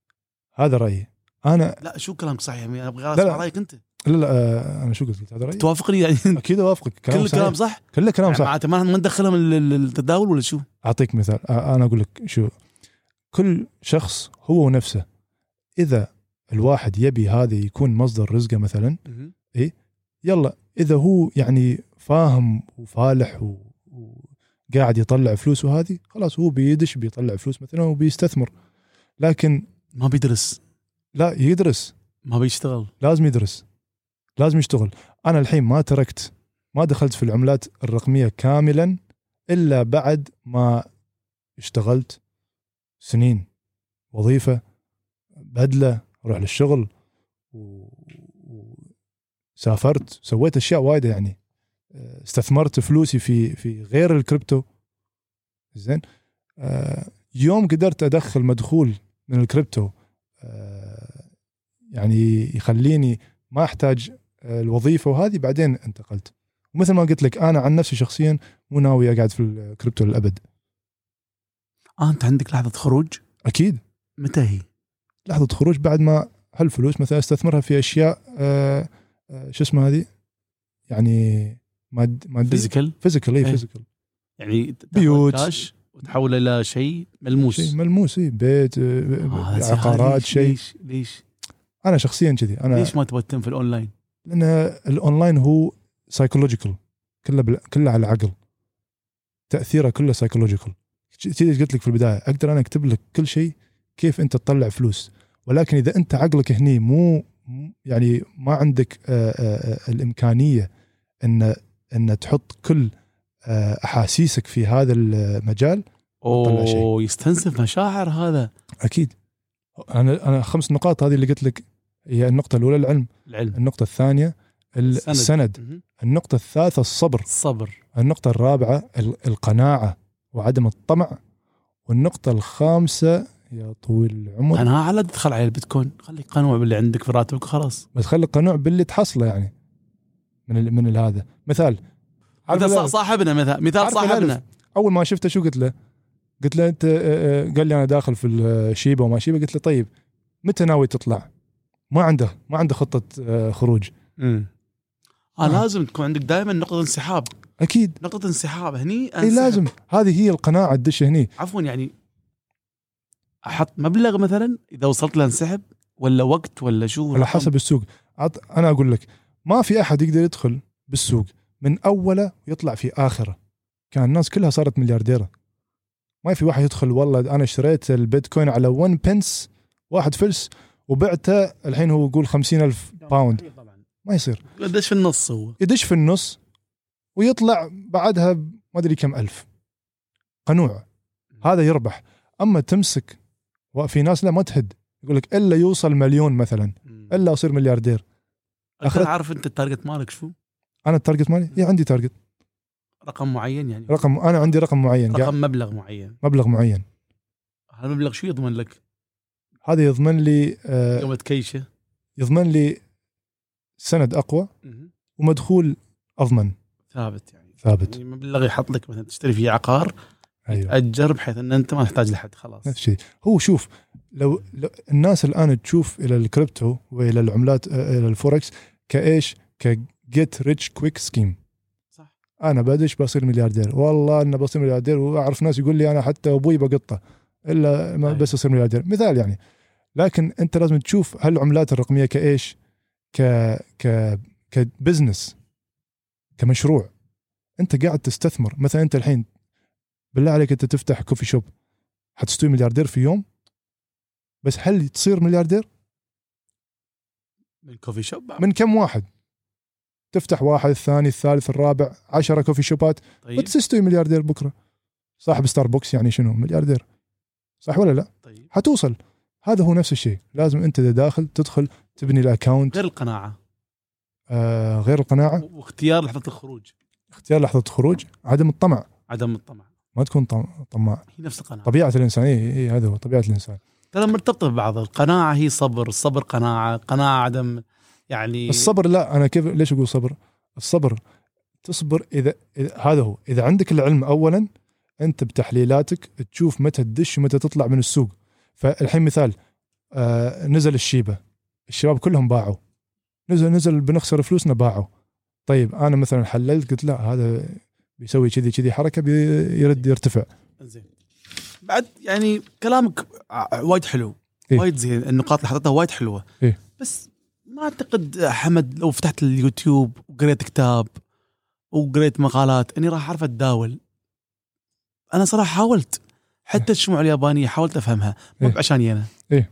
Speaker 3: هذا رايي انا
Speaker 1: لا شو كلامك صحيح يعني انا ابغى
Speaker 3: لا،
Speaker 1: اسمع
Speaker 3: لا.
Speaker 1: رايك انت
Speaker 3: لا لا آه، انا شو قلت هذا رايي
Speaker 1: توافقني يعني
Speaker 3: اكيد اوافقك كلام
Speaker 1: كل
Speaker 3: كل صحيح
Speaker 1: كلام صح
Speaker 3: كله كلام
Speaker 1: يعني
Speaker 3: صح
Speaker 1: معناته ما ما ندخلهم ال- ال- التداول ولا شو
Speaker 3: اعطيك مثال آه، انا اقول لك شو كل شخص هو نفسه اذا الواحد يبي هذا يكون مصدر رزقه مثلا يلا اذا هو يعني فاهم وفالح و... وقاعد يطلع فلوس وهذه خلاص هو بيدش بيطلع فلوس مثلا وبيستثمر لكن
Speaker 1: ما بيدرس
Speaker 3: لا يدرس
Speaker 1: ما بيشتغل
Speaker 3: لازم يدرس لازم يشتغل انا الحين ما تركت ما دخلت في العملات الرقميه كاملا الا بعد ما اشتغلت سنين وظيفه بدله اروح للشغل و... وسافرت سويت اشياء وايده يعني أه، استثمرت فلوسي في في غير الكريبتو زين أه، يوم قدرت ادخل مدخول من الكريبتو أه، يعني يخليني ما احتاج آه، الوظيفه وهذه بعدين انتقلت ومثل ما قلت لك انا عن نفسي شخصيا مو ناوي اقعد في الكريبتو للابد
Speaker 1: آه انت عندك لحظه خروج
Speaker 3: اكيد
Speaker 1: متى هي
Speaker 3: لحظه خروج بعد ما هالفلوس مثلا استثمرها في اشياء آه، آه، شو اسمه هذه يعني ماد ماديه
Speaker 1: فيزيكال
Speaker 3: فيزيكال اي
Speaker 1: إيه.
Speaker 3: فيزيكال
Speaker 1: يعني تاخذ
Speaker 3: بيوت.
Speaker 1: كاش وتحوله الى شيء ملموس
Speaker 3: شيء ملموس إيه، بيت آه،
Speaker 1: آه، هذا
Speaker 3: عقارات
Speaker 1: ليش-
Speaker 3: شيء
Speaker 1: ليش ليش
Speaker 3: انا شخصيا كذي انا
Speaker 1: ليش ما تبغى تتم في الاونلاين؟
Speaker 3: لان الاونلاين هو سايكولوجيكال كله بال... كله على العقل تاثيره كله سايكولوجيكال كذي قلت لك في البدايه اقدر انا اكتب لك كل شيء كيف انت تطلع فلوس ولكن اذا انت عقلك هني مو مو- يعني ما عندك آه، آه، آه، الامكانيه ان ان تحط كل آه، احاسيسك في هذا المجال طلع شيء.
Speaker 1: اوه يستنزف مشاعر هذا
Speaker 3: اكيد انا انا خمس نقاط هذه اللي قلت لك هي النقطه الاولى العلم
Speaker 1: العلم
Speaker 3: النقطه الثانيه ال-
Speaker 1: السند.
Speaker 3: السند
Speaker 1: مهم.
Speaker 3: النقطه الثالثه الصبر
Speaker 1: الصبر
Speaker 3: النقطة الرابعة ال- القناعة وعدم الطمع والنقطة الخامسة يا طويل العمر
Speaker 1: انا على ادخل على البيتكوين خليك قنوع باللي عندك في راتبك خلاص
Speaker 3: بس خلي القنوع باللي تحصله يعني من ال من ال- هذا مثال عارف
Speaker 1: مثال صا-
Speaker 3: الألف؟
Speaker 1: صاحبنا مثال مثال
Speaker 3: عارف
Speaker 1: صاحبنا
Speaker 3: الألف؟ اول ما شفته شو قلت له؟ قلت له انت آه، آه، قال لي انا داخل في الشيبه وما شيبه قلت له طيب متى ناوي تطلع؟ ما عنده ما عنده خطه آه، خروج
Speaker 1: مم. آه
Speaker 3: آه.
Speaker 1: لازم تكون عندك دائما نقطه انسحاب
Speaker 3: اكيد
Speaker 1: نقطه انسحاب هني
Speaker 3: اي
Speaker 1: أنسحب.
Speaker 3: إيه، لازم هذه هي القناعه تدش هني
Speaker 1: عفوا يعني احط مبلغ مثلا اذا وصلت له انسحب ولا وقت ولا شو
Speaker 3: على
Speaker 1: رقم؟
Speaker 3: حسب السوق عط... انا اقول لك ما في احد يقدر يدخل بالسوق من اوله ويطلع في اخره كان الناس كلها صارت مليارديره ما في واحد يدخل والله انا اشتريت البيتكوين على 1 بنس واحد فلس وبعته الحين هو يقول خمسين ألف باوند ما يصير
Speaker 1: قديش في النص هو
Speaker 3: يدش في النص ويطلع بعدها ب- ما ادري كم الف قنوع هذا يربح اما تمسك وفي ناس لا ما تهد يقول لك الا يوصل مليون مثلا الا اصير ملياردير
Speaker 1: أنت
Speaker 3: أخذت-
Speaker 1: عارف انت التارجت مالك شو
Speaker 3: انا التارجت مالي اي عندي تارجت
Speaker 1: رقم معين يعني
Speaker 3: رقم انا عندي رقم معين قاعد-
Speaker 1: رقم مبلغ معين
Speaker 3: مبلغ معين
Speaker 1: هالمبلغ شو يضمن لك
Speaker 3: هذا يضمن لي آه،
Speaker 1: يوم تكيشه
Speaker 3: يضمن لي سند اقوى ومدخول اضمن
Speaker 1: ثابت يعني
Speaker 3: ثابت
Speaker 1: يعني مبلغ يحط لك مثلا تشتري فيه عقار
Speaker 3: ايوه
Speaker 1: تاجر بحيث ان انت ما تحتاج لحد خلاص
Speaker 3: نفس الشيء هو شوف لو, لو الناس الان تشوف الى الكريبتو والى العملات آه، الى الفوركس كايش كجيت ريتش كويك سكيم
Speaker 1: صح
Speaker 3: انا بدش بصير ملياردير والله انه بصير ملياردير واعرف ناس يقول لي انا حتى ابوي بقطه الا ما
Speaker 1: أيوة.
Speaker 3: بس اصير ملياردير مثال يعني لكن انت لازم تشوف هالعملات الرقميه كايش؟ ك ك كبزنس كمشروع انت قاعد تستثمر مثلا انت الحين بالله عليك انت تفتح كوفي شوب حتستوي ملياردير في يوم بس هل تصير ملياردير؟
Speaker 1: من كوفي شوب
Speaker 3: من كم واحد؟ تفتح واحد الثاني الثالث الرابع عشرة كوفي شوبات
Speaker 1: طيب
Speaker 3: وتستوي ملياردير بكره صاحب ستاربكس يعني شنو ملياردير صح ولا لا
Speaker 1: طيب
Speaker 3: حتوصل هذا هو نفس الشيء لازم انت اذا داخل تدخل تبني الاكونت
Speaker 1: غير القناعه
Speaker 3: آه غير القناعه
Speaker 1: واختيار لحظه الخروج
Speaker 3: اختيار لحظه خروج عدم الطمع
Speaker 1: عدم الطمع
Speaker 3: ما تكون طم- طماع إيه،
Speaker 1: هي نفس القناعه
Speaker 3: طبيعه الانسان اي إي، هذا هو طبيعه الانسان
Speaker 1: ترى مرتبطه ببعض القناعه هي صبر الصبر قناعه قناعه عدم يعني
Speaker 3: الصبر لا انا كيف ليش اقول صبر؟ الصبر تصبر اذا, إذا هذا هو اذا عندك العلم اولا انت بتحليلاتك تشوف متى تدش ومتى تطلع من السوق فالحين مثال آه نزل الشيبه الشباب كلهم باعوا نزل نزل بنخسر فلوسنا باعوا طيب انا مثلا حللت قلت لا هذا بيسوي كذي كذي حركه بيرد يرتفع
Speaker 1: زين بعد يعني كلامك ع- آه، وايد حلو
Speaker 3: إيه.
Speaker 1: وايد زين النقاط اللي حطيتها وايد حلوه
Speaker 3: إيه.
Speaker 1: بس ما اعتقد حمد لو فتحت اليوتيوب وقريت كتاب وقريت مقالات اني راح اعرف اتداول انا صراحه حاولت حتى الشموع اليابانيه حاولت افهمها مو
Speaker 3: إيه.
Speaker 1: عشاني انا
Speaker 3: إيه.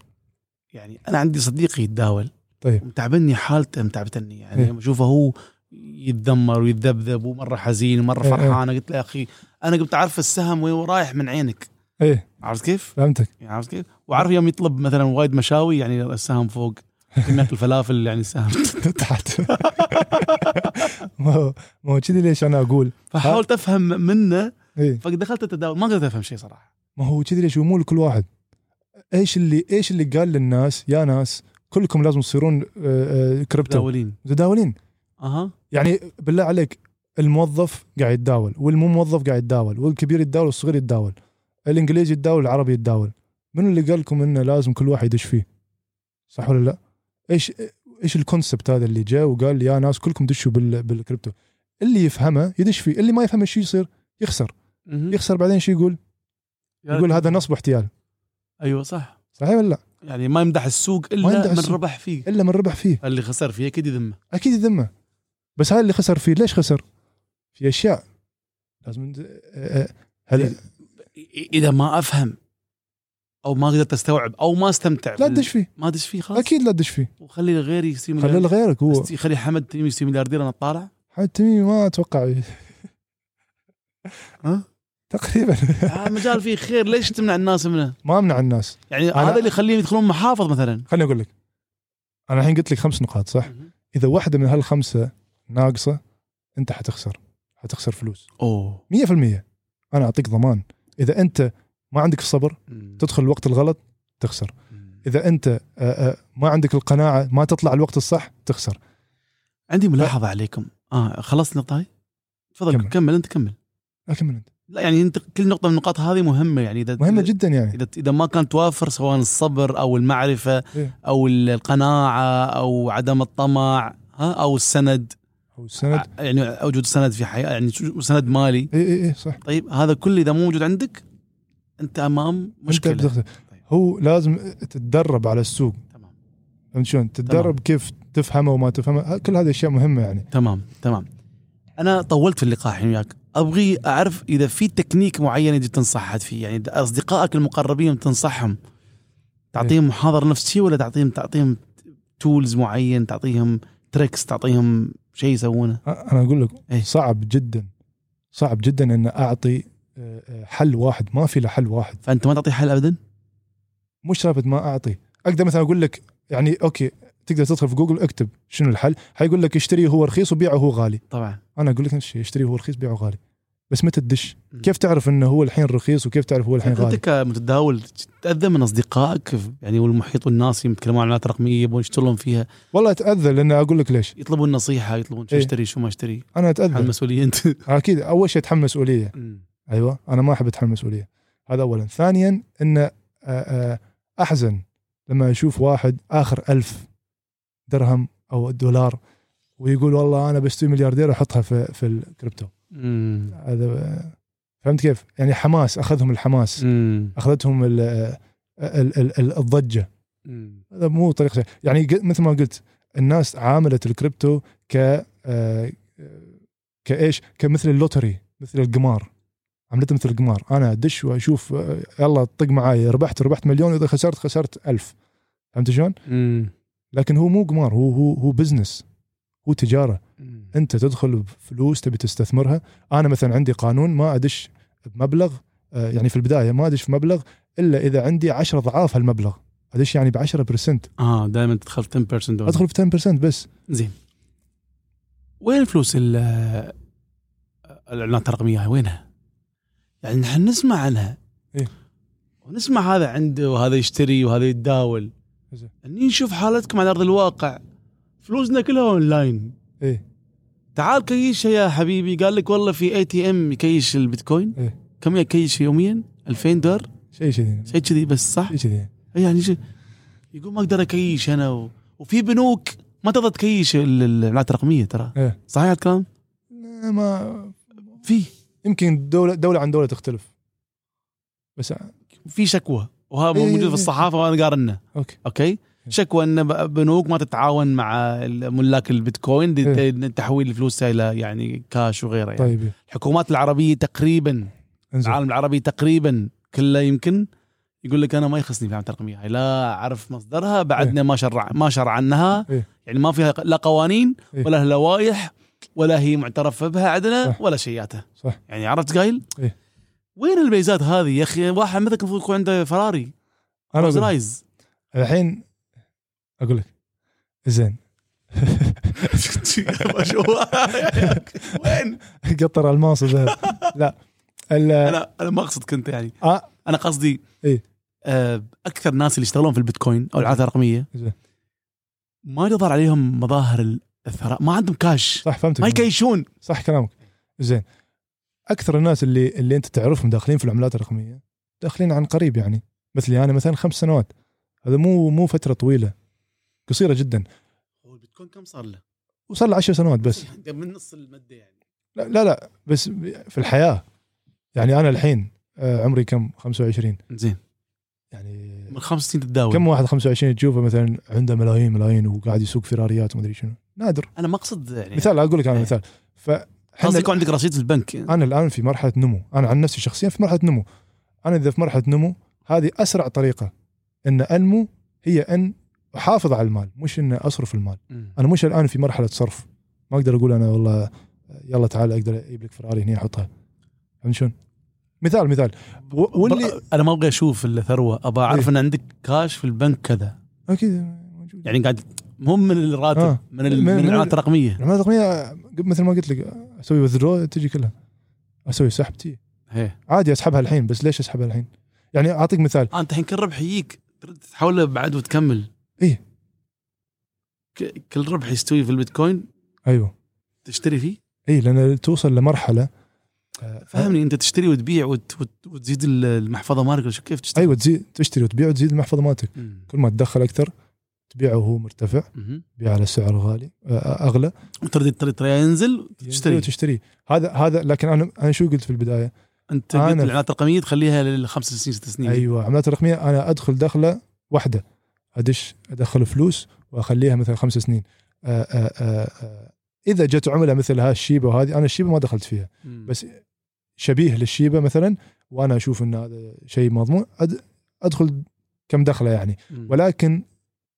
Speaker 1: يعني انا عندي صديقي يتداول
Speaker 3: طيب.
Speaker 1: متعبني حالته متعبتني يعني
Speaker 3: إيه.
Speaker 1: لما اشوفه هو يتذمر ويتذبذب ومره حزين ومره
Speaker 3: إيه، إيه.
Speaker 1: فرحان قلت له يا اخي انا قمت اعرف السهم وهو رايح من عينك
Speaker 3: ايه
Speaker 1: عرفت كيف؟
Speaker 3: فهمتك
Speaker 1: يعني عرفت كيف؟ وعارف يوم يطلب مثلا وايد مشاوي يعني السهم فوق كمية الفلافل يعني السهم
Speaker 3: تحت ما هو- ما هو كذي ليش انا اقول
Speaker 1: فحاولت افهم منه
Speaker 3: ايه
Speaker 1: فدخلت اتداول ما قدرت افهم شيء صراحه
Speaker 3: ما هو كذي ليش هو مو لكل واحد ايش اللي ايش اللي قال للناس يا ناس كلكم لازم تصيرون آه، آه، كريبتو
Speaker 1: متداولين
Speaker 3: متداولين
Speaker 1: اها
Speaker 3: يعني بالله عليك الموظف قاعد يتداول والمو موظف قاعد يتداول والكبير يتداول والصغير يتداول الانجليزي يتداول العربي يتداول منو اللي قال لكم انه لازم كل واحد يدش فيه صح ولا لا ايش ايش الكونسبت هذا اللي جاء وقال يا ناس كلكم دشوا بال... بالكريبتو اللي يفهمه يدش فيه اللي ما يفهم ايش يصير يخسر
Speaker 1: مهم.
Speaker 3: يخسر بعدين شو يقول
Speaker 1: يعني-
Speaker 3: يقول هذا نصب احتيال
Speaker 1: ايوه صح
Speaker 3: صحيح ولا لا
Speaker 1: يعني ما يمدح السوق
Speaker 3: ما
Speaker 1: الا
Speaker 3: يمدح
Speaker 1: من
Speaker 3: السوق.
Speaker 1: ربح فيه
Speaker 3: الا من ربح فيه
Speaker 1: اللي خسر فيه اكيد يذمه
Speaker 3: اكيد يذمه بس هذا اللي خسر فيه ليش خسر في اشياء لازم ند- آه، آه،
Speaker 1: إيه،
Speaker 3: هل
Speaker 1: إ- اذا ما افهم او ما قدرت استوعب او ما استمتع
Speaker 3: لا
Speaker 1: بال-
Speaker 3: تدش فيه
Speaker 1: ما ادش فيه خلاص
Speaker 3: اكيد لا تدش فيه
Speaker 1: وخلي غيري يصير
Speaker 3: خليه
Speaker 1: ملياردير
Speaker 3: لغيرك هو
Speaker 1: بس خلي حمد تميم يصير ملياردير انا طالع
Speaker 3: حمد تميمي ما اتوقع
Speaker 1: ها؟
Speaker 3: تقريبا
Speaker 1: آه، مجال فيه خير ليش تمنع الناس منه؟
Speaker 3: ما امنع الناس
Speaker 1: يعني
Speaker 3: أنا-
Speaker 1: هذا اللي يخليهم يدخلون محافظ مثلا
Speaker 3: خليني اقول لك انا الحين قلت لك خمس نقاط صح اذا واحده من هالخمسه ناقصه انت حتخسر حتخسر فلوس
Speaker 1: اوه
Speaker 3: 100% انا اعطيك ضمان اذا انت ما عندك الصبر تدخل الوقت الغلط تخسر اذا انت آه، آه، ما عندك القناعه ما تطلع الوقت الصح تخسر
Speaker 1: عندي ملاحظه عليكم اه خلصت النقطه هاي؟ تفضل كمل.
Speaker 3: كمل.
Speaker 1: كمل انت كمل
Speaker 3: اكمل انت
Speaker 1: لا يعني انت كل نقطه من النقاط هذه مهمه يعني اذا
Speaker 3: مهمه جدا يعني
Speaker 1: اذا اذا ما كانت توافر سواء الصبر او المعرفه
Speaker 3: إيه.
Speaker 1: او ال- القناعه او عدم الطمع ها او السند
Speaker 3: هو السند
Speaker 1: ع- يعني وجود سند في حياه يعني شو- سند مالي
Speaker 3: اي اي اي إيه، صح
Speaker 1: طيب هذا كله اذا مو موجود عندك انت امام
Speaker 3: انت
Speaker 1: مشكله
Speaker 3: بتخسر. هو لازم تتدرب على السوق
Speaker 1: طيب. تمام
Speaker 3: فهمت شلون؟ تتدرب كيف تفهمه وما تفهمه، ها- كل هذه اشياء مهمه يعني.
Speaker 1: تمام تمام انا طولت في اللقاء الحين وياك ابغي اعرف اذا في تكنيك معين يجي تنصح حد فيه يعني إذا اصدقائك المقربين تنصحهم تعطيهم محاضر نفسي ولا تعطيهم تعطيهم تولز معين تعطيهم تريكس تعطيهم شيء يسوونه
Speaker 3: أ- انا اقول لك
Speaker 1: إيه.
Speaker 3: صعب جدا صعب جدا ان اعطي آه، آه، حل واحد، ما في له حل واحد،
Speaker 1: فانت ما تعطيه حل ابدا
Speaker 3: مش رابط ما اعطي، اقدر مثلا اقول لك يعني اوكي تقدر تدخل في جوجل اكتب شنو الحل، حيقول لك اشتري هو رخيص وبيعه هو غالي،
Speaker 1: طبعا
Speaker 3: انا اقول لك نفس الشيء اشتري هو رخيص بيعه غالي. بس متى تدش؟
Speaker 1: مم.
Speaker 3: كيف تعرف انه هو الحين رخيص وكيف تعرف هو الحين
Speaker 1: انت
Speaker 3: غالي؟
Speaker 1: كمتداول تاذى من اصدقائك يعني والمحيط والناس يتكلمون عن العملات الرقميه يبون يشتغلون فيها
Speaker 3: والله اتاذى لان اقول لك ليش؟
Speaker 1: يطلبون نصيحه يطلبون شو
Speaker 3: إيه.
Speaker 1: اشتري شو ما اشتري
Speaker 3: انا
Speaker 1: على
Speaker 3: اتاذى
Speaker 1: المسؤوليه انت
Speaker 3: اكيد اول شيء اتحمل مسؤوليه ايوه انا ما احب اتحمل المسؤوليه هذا اولا ثانيا ان آه، آه، احزن لما اشوف واحد اخر ألف درهم او دولار ويقول والله انا بشتري ملياردير احطها في في الكريبتو
Speaker 1: امم
Speaker 3: هذا آه، فهمت كيف يعني حماس اخذهم الحماس
Speaker 1: امم
Speaker 3: اخذتهم ال- آه، ال- ال- ال- الضجه
Speaker 1: امم
Speaker 3: هذا مو طريق صحيح. يعني ق- مثل ما قلت الناس عاملت الكريبتو ك آه، آه، كايش كمثل اللوتري مثل القمار عملته مثل القمار انا ادش واشوف آه، يلا طق معاي ربحت ربحت مليون واذا خسرت خسرت ألف فهمت شلون؟
Speaker 1: امم
Speaker 3: لكن هو مو قمار هو هو هو بزنس هو تجاره انت تدخل بفلوس تبي تستثمرها انا مثلا عندي قانون ما ادش بمبلغ آه، يعني في البدايه ما ادش في مبلغ الا اذا عندي 10 اضعاف هالمبلغ ادش يعني ب 10%
Speaker 1: اه دائما تدخل 10% دولار.
Speaker 3: ادخل في 10% بس
Speaker 1: زين وين فلوس ال- الاعلانات الرقميه هاي وينها؟ يعني نحن نسمع عنها
Speaker 3: إيه.
Speaker 1: ونسمع هذا عنده وهذا يشتري وهذا يتداول يعني
Speaker 3: زين.
Speaker 1: اني نشوف حالتكم على ارض الواقع فلوسنا كلها اونلاين
Speaker 3: ايه
Speaker 1: تعال كيشها يا حبيبي قال لك والله في اي تي ام يكيش البيتكوين
Speaker 3: إيه.
Speaker 1: كم يكيش يوميا 2000 دولار
Speaker 3: شيء كذي
Speaker 1: شيء كذي بس صح
Speaker 3: شيء كذي
Speaker 1: يعني شيء يقول ما اقدر اكيش انا و... وفي بنوك ما تقدر تكيش ال- العملات الرقميه ترى
Speaker 3: إيه.
Speaker 1: صحيح الكلام
Speaker 3: ما
Speaker 1: في
Speaker 3: يمكن دولة دولة عن دولة تختلف بس
Speaker 1: في شكوى وهذا
Speaker 3: إيه.
Speaker 1: موجود في الصحافه وانا قارنه
Speaker 3: اوكي
Speaker 1: اوكي شكوى ان ب- بنوك ما تتعاون مع ملاك البيتكوين
Speaker 3: إيه.
Speaker 1: لتحويل الفلوس الى يعني كاش وغيره يعني.
Speaker 3: طيب إيه.
Speaker 1: الحكومات العربيه تقريبا
Speaker 3: انزل
Speaker 1: العالم العربي تقريبا كله يمكن يقول لك انا ما يخصني في العملات الرقميه هاي لا اعرف مصدرها بعدنا ما شرع ما شرع عنها
Speaker 3: إيه.
Speaker 1: يعني ما فيها لا قوانين
Speaker 3: إيه.
Speaker 1: ولا لوائح ولا هي معترف بها عندنا
Speaker 3: صح.
Speaker 1: ولا شياته
Speaker 3: صح.
Speaker 1: يعني عرفت قايل
Speaker 3: إيه.
Speaker 1: وين البيزات هذه يا اخي واحد مثلك المفروض يكون عنده فراري
Speaker 3: انا أقول-
Speaker 1: رايز
Speaker 3: الحين اقول لك زين
Speaker 1: وين
Speaker 3: قطر الماس وذهب لا ال-
Speaker 1: انا انا ما اقصد كنت يعني
Speaker 3: آه.
Speaker 1: انا قصدي
Speaker 3: إيه.
Speaker 1: آه، اكثر الناس اللي يشتغلون في البيتكوين او العملات الرقميه
Speaker 3: زين.
Speaker 1: ما يظهر عليهم مظاهر الثراء ما عندهم كاش
Speaker 3: صح فهمتك
Speaker 1: ما يكيشون
Speaker 3: صح كلامك زين اكثر الناس اللي اللي انت تعرفهم داخلين في العملات الرقميه داخلين عن قريب يعني مثلي انا مثلا خمس سنوات هذا مو مو فتره طويله قصيره جدا
Speaker 1: هو البيتكوين كم صار له؟
Speaker 3: وصل لي 10 سنوات بس
Speaker 1: من نص المده يعني
Speaker 3: لا لا, لا بس في الحياه يعني انا الحين آه، عمري كم 25
Speaker 1: زين
Speaker 3: يعني
Speaker 1: من خمس سنين تتداول
Speaker 3: كم واحد 25 تشوفه مثلا عنده ملايين ملايين وقاعد يسوق فيراريات ومدري شنو نادر
Speaker 1: انا ما اقصد يعني
Speaker 3: مثال اقول لك انا
Speaker 1: إيه.
Speaker 3: مثال ف
Speaker 1: قصدي يكون عندك رصيد في البنك
Speaker 3: انا الان في مرحله نمو انا عن نفسي شخصيا في مرحله نمو انا اذا في مرحله نمو هذه اسرع طريقه ان انمو هي ان احافظ على المال مش ان اصرف المال
Speaker 1: مم.
Speaker 3: انا مش الان في مرحله صرف ما اقدر اقول انا والله يلا تعال اقدر اجيب لك فراري هنا احطها فهمت شلون مثال مثال و- واللي
Speaker 1: انا ما ابغى اشوف الثروه ابغى اعرف
Speaker 3: إيه.
Speaker 1: ان عندك كاش في البنك كذا
Speaker 3: اكيد موجود
Speaker 1: يعني قاعد مهم من الراتب
Speaker 3: آه.
Speaker 1: من, ال-
Speaker 3: من-
Speaker 1: من
Speaker 3: من-
Speaker 1: العملات الرقميه
Speaker 3: العملات الرقميه مثل ما قلت لك اسوي وذرو تجي كلها اسوي سحب تي
Speaker 1: إيه.
Speaker 3: عادي اسحبها الحين بس ليش اسحبها الحين؟ يعني اعطيك مثال
Speaker 1: آه، انت الحين كل ربح يجيك ترد تحوله بعد وتكمل
Speaker 3: إيه.
Speaker 1: ك- كل ربح يستوي في البيتكوين
Speaker 3: ايوه
Speaker 1: تشتري فيه
Speaker 3: اي لان توصل لمرحله آه،
Speaker 1: فهمني انت تشتري وتبيع وت... وت... وتزيد ال- المحفظه مالك شو كيف تشتري
Speaker 3: ايوه تزيد تشتري وتبيع وتزيد المحفظه مالتك
Speaker 1: مم.
Speaker 3: كل ما تدخل اكثر تبيعه وهو مرتفع
Speaker 1: مهم.
Speaker 3: تبيعه على سعر غالي آه، اغلى
Speaker 1: وترد ترد ترد ينزل تشتري
Speaker 3: تشتري هذا هذا لكن انا انا شو قلت في البدايه
Speaker 1: انت
Speaker 3: أنا-
Speaker 1: قلت العملات الرقميه تخليها للخمس سنين ست سنين
Speaker 3: ايوه عملات رقميه انا ادخل دخله واحده ادش ادخل فلوس واخليها مثلا خمس سنين آه، آه، آه، آه. اذا جت عمله مثل هالشيبه الشيبه وهذه انا الشيبه ما دخلت فيها
Speaker 1: مم.
Speaker 3: بس شبيه للشيبه مثلا وانا اشوف ان هذا شيء مضمون أد- ادخل كم دخله يعني
Speaker 1: مم.
Speaker 3: ولكن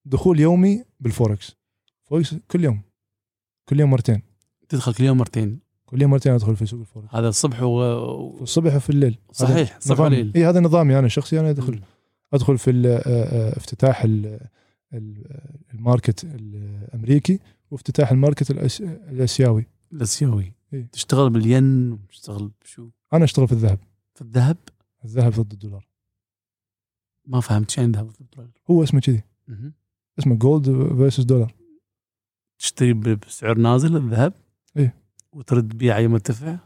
Speaker 3: دخول يومي بالفوركس فوركس كل يوم كل يوم مرتين
Speaker 1: تدخل كل يوم مرتين
Speaker 3: كل يوم مرتين ادخل في سوق الفوركس
Speaker 1: هذا الصبح و...
Speaker 3: الصبح وفي الليل
Speaker 1: صحيح صبح
Speaker 3: نظامي
Speaker 1: وليل
Speaker 3: اي هذا نظامي انا شخصي انا ادخل
Speaker 1: مم.
Speaker 3: ادخل في ال- آه، آه، افتتاح ال- ال- الماركت الامريكي وافتتاح الماركت الأس- الاسيوي
Speaker 1: الاسيوي
Speaker 3: إيه.
Speaker 1: تشتغل بالين وتشتغل بشو
Speaker 3: انا اشتغل في الذهب
Speaker 1: في الذهب
Speaker 3: الذهب ضد الدولار
Speaker 1: ما فهمت شو يعني ذهب ضد الدولار
Speaker 3: هو اسمه كذي
Speaker 1: مهم.
Speaker 3: اسمه جولد فيرسس دولار
Speaker 1: تشتري ب- بسعر نازل الذهب
Speaker 3: إيه.
Speaker 1: وترد تبيعه يوم ارتفع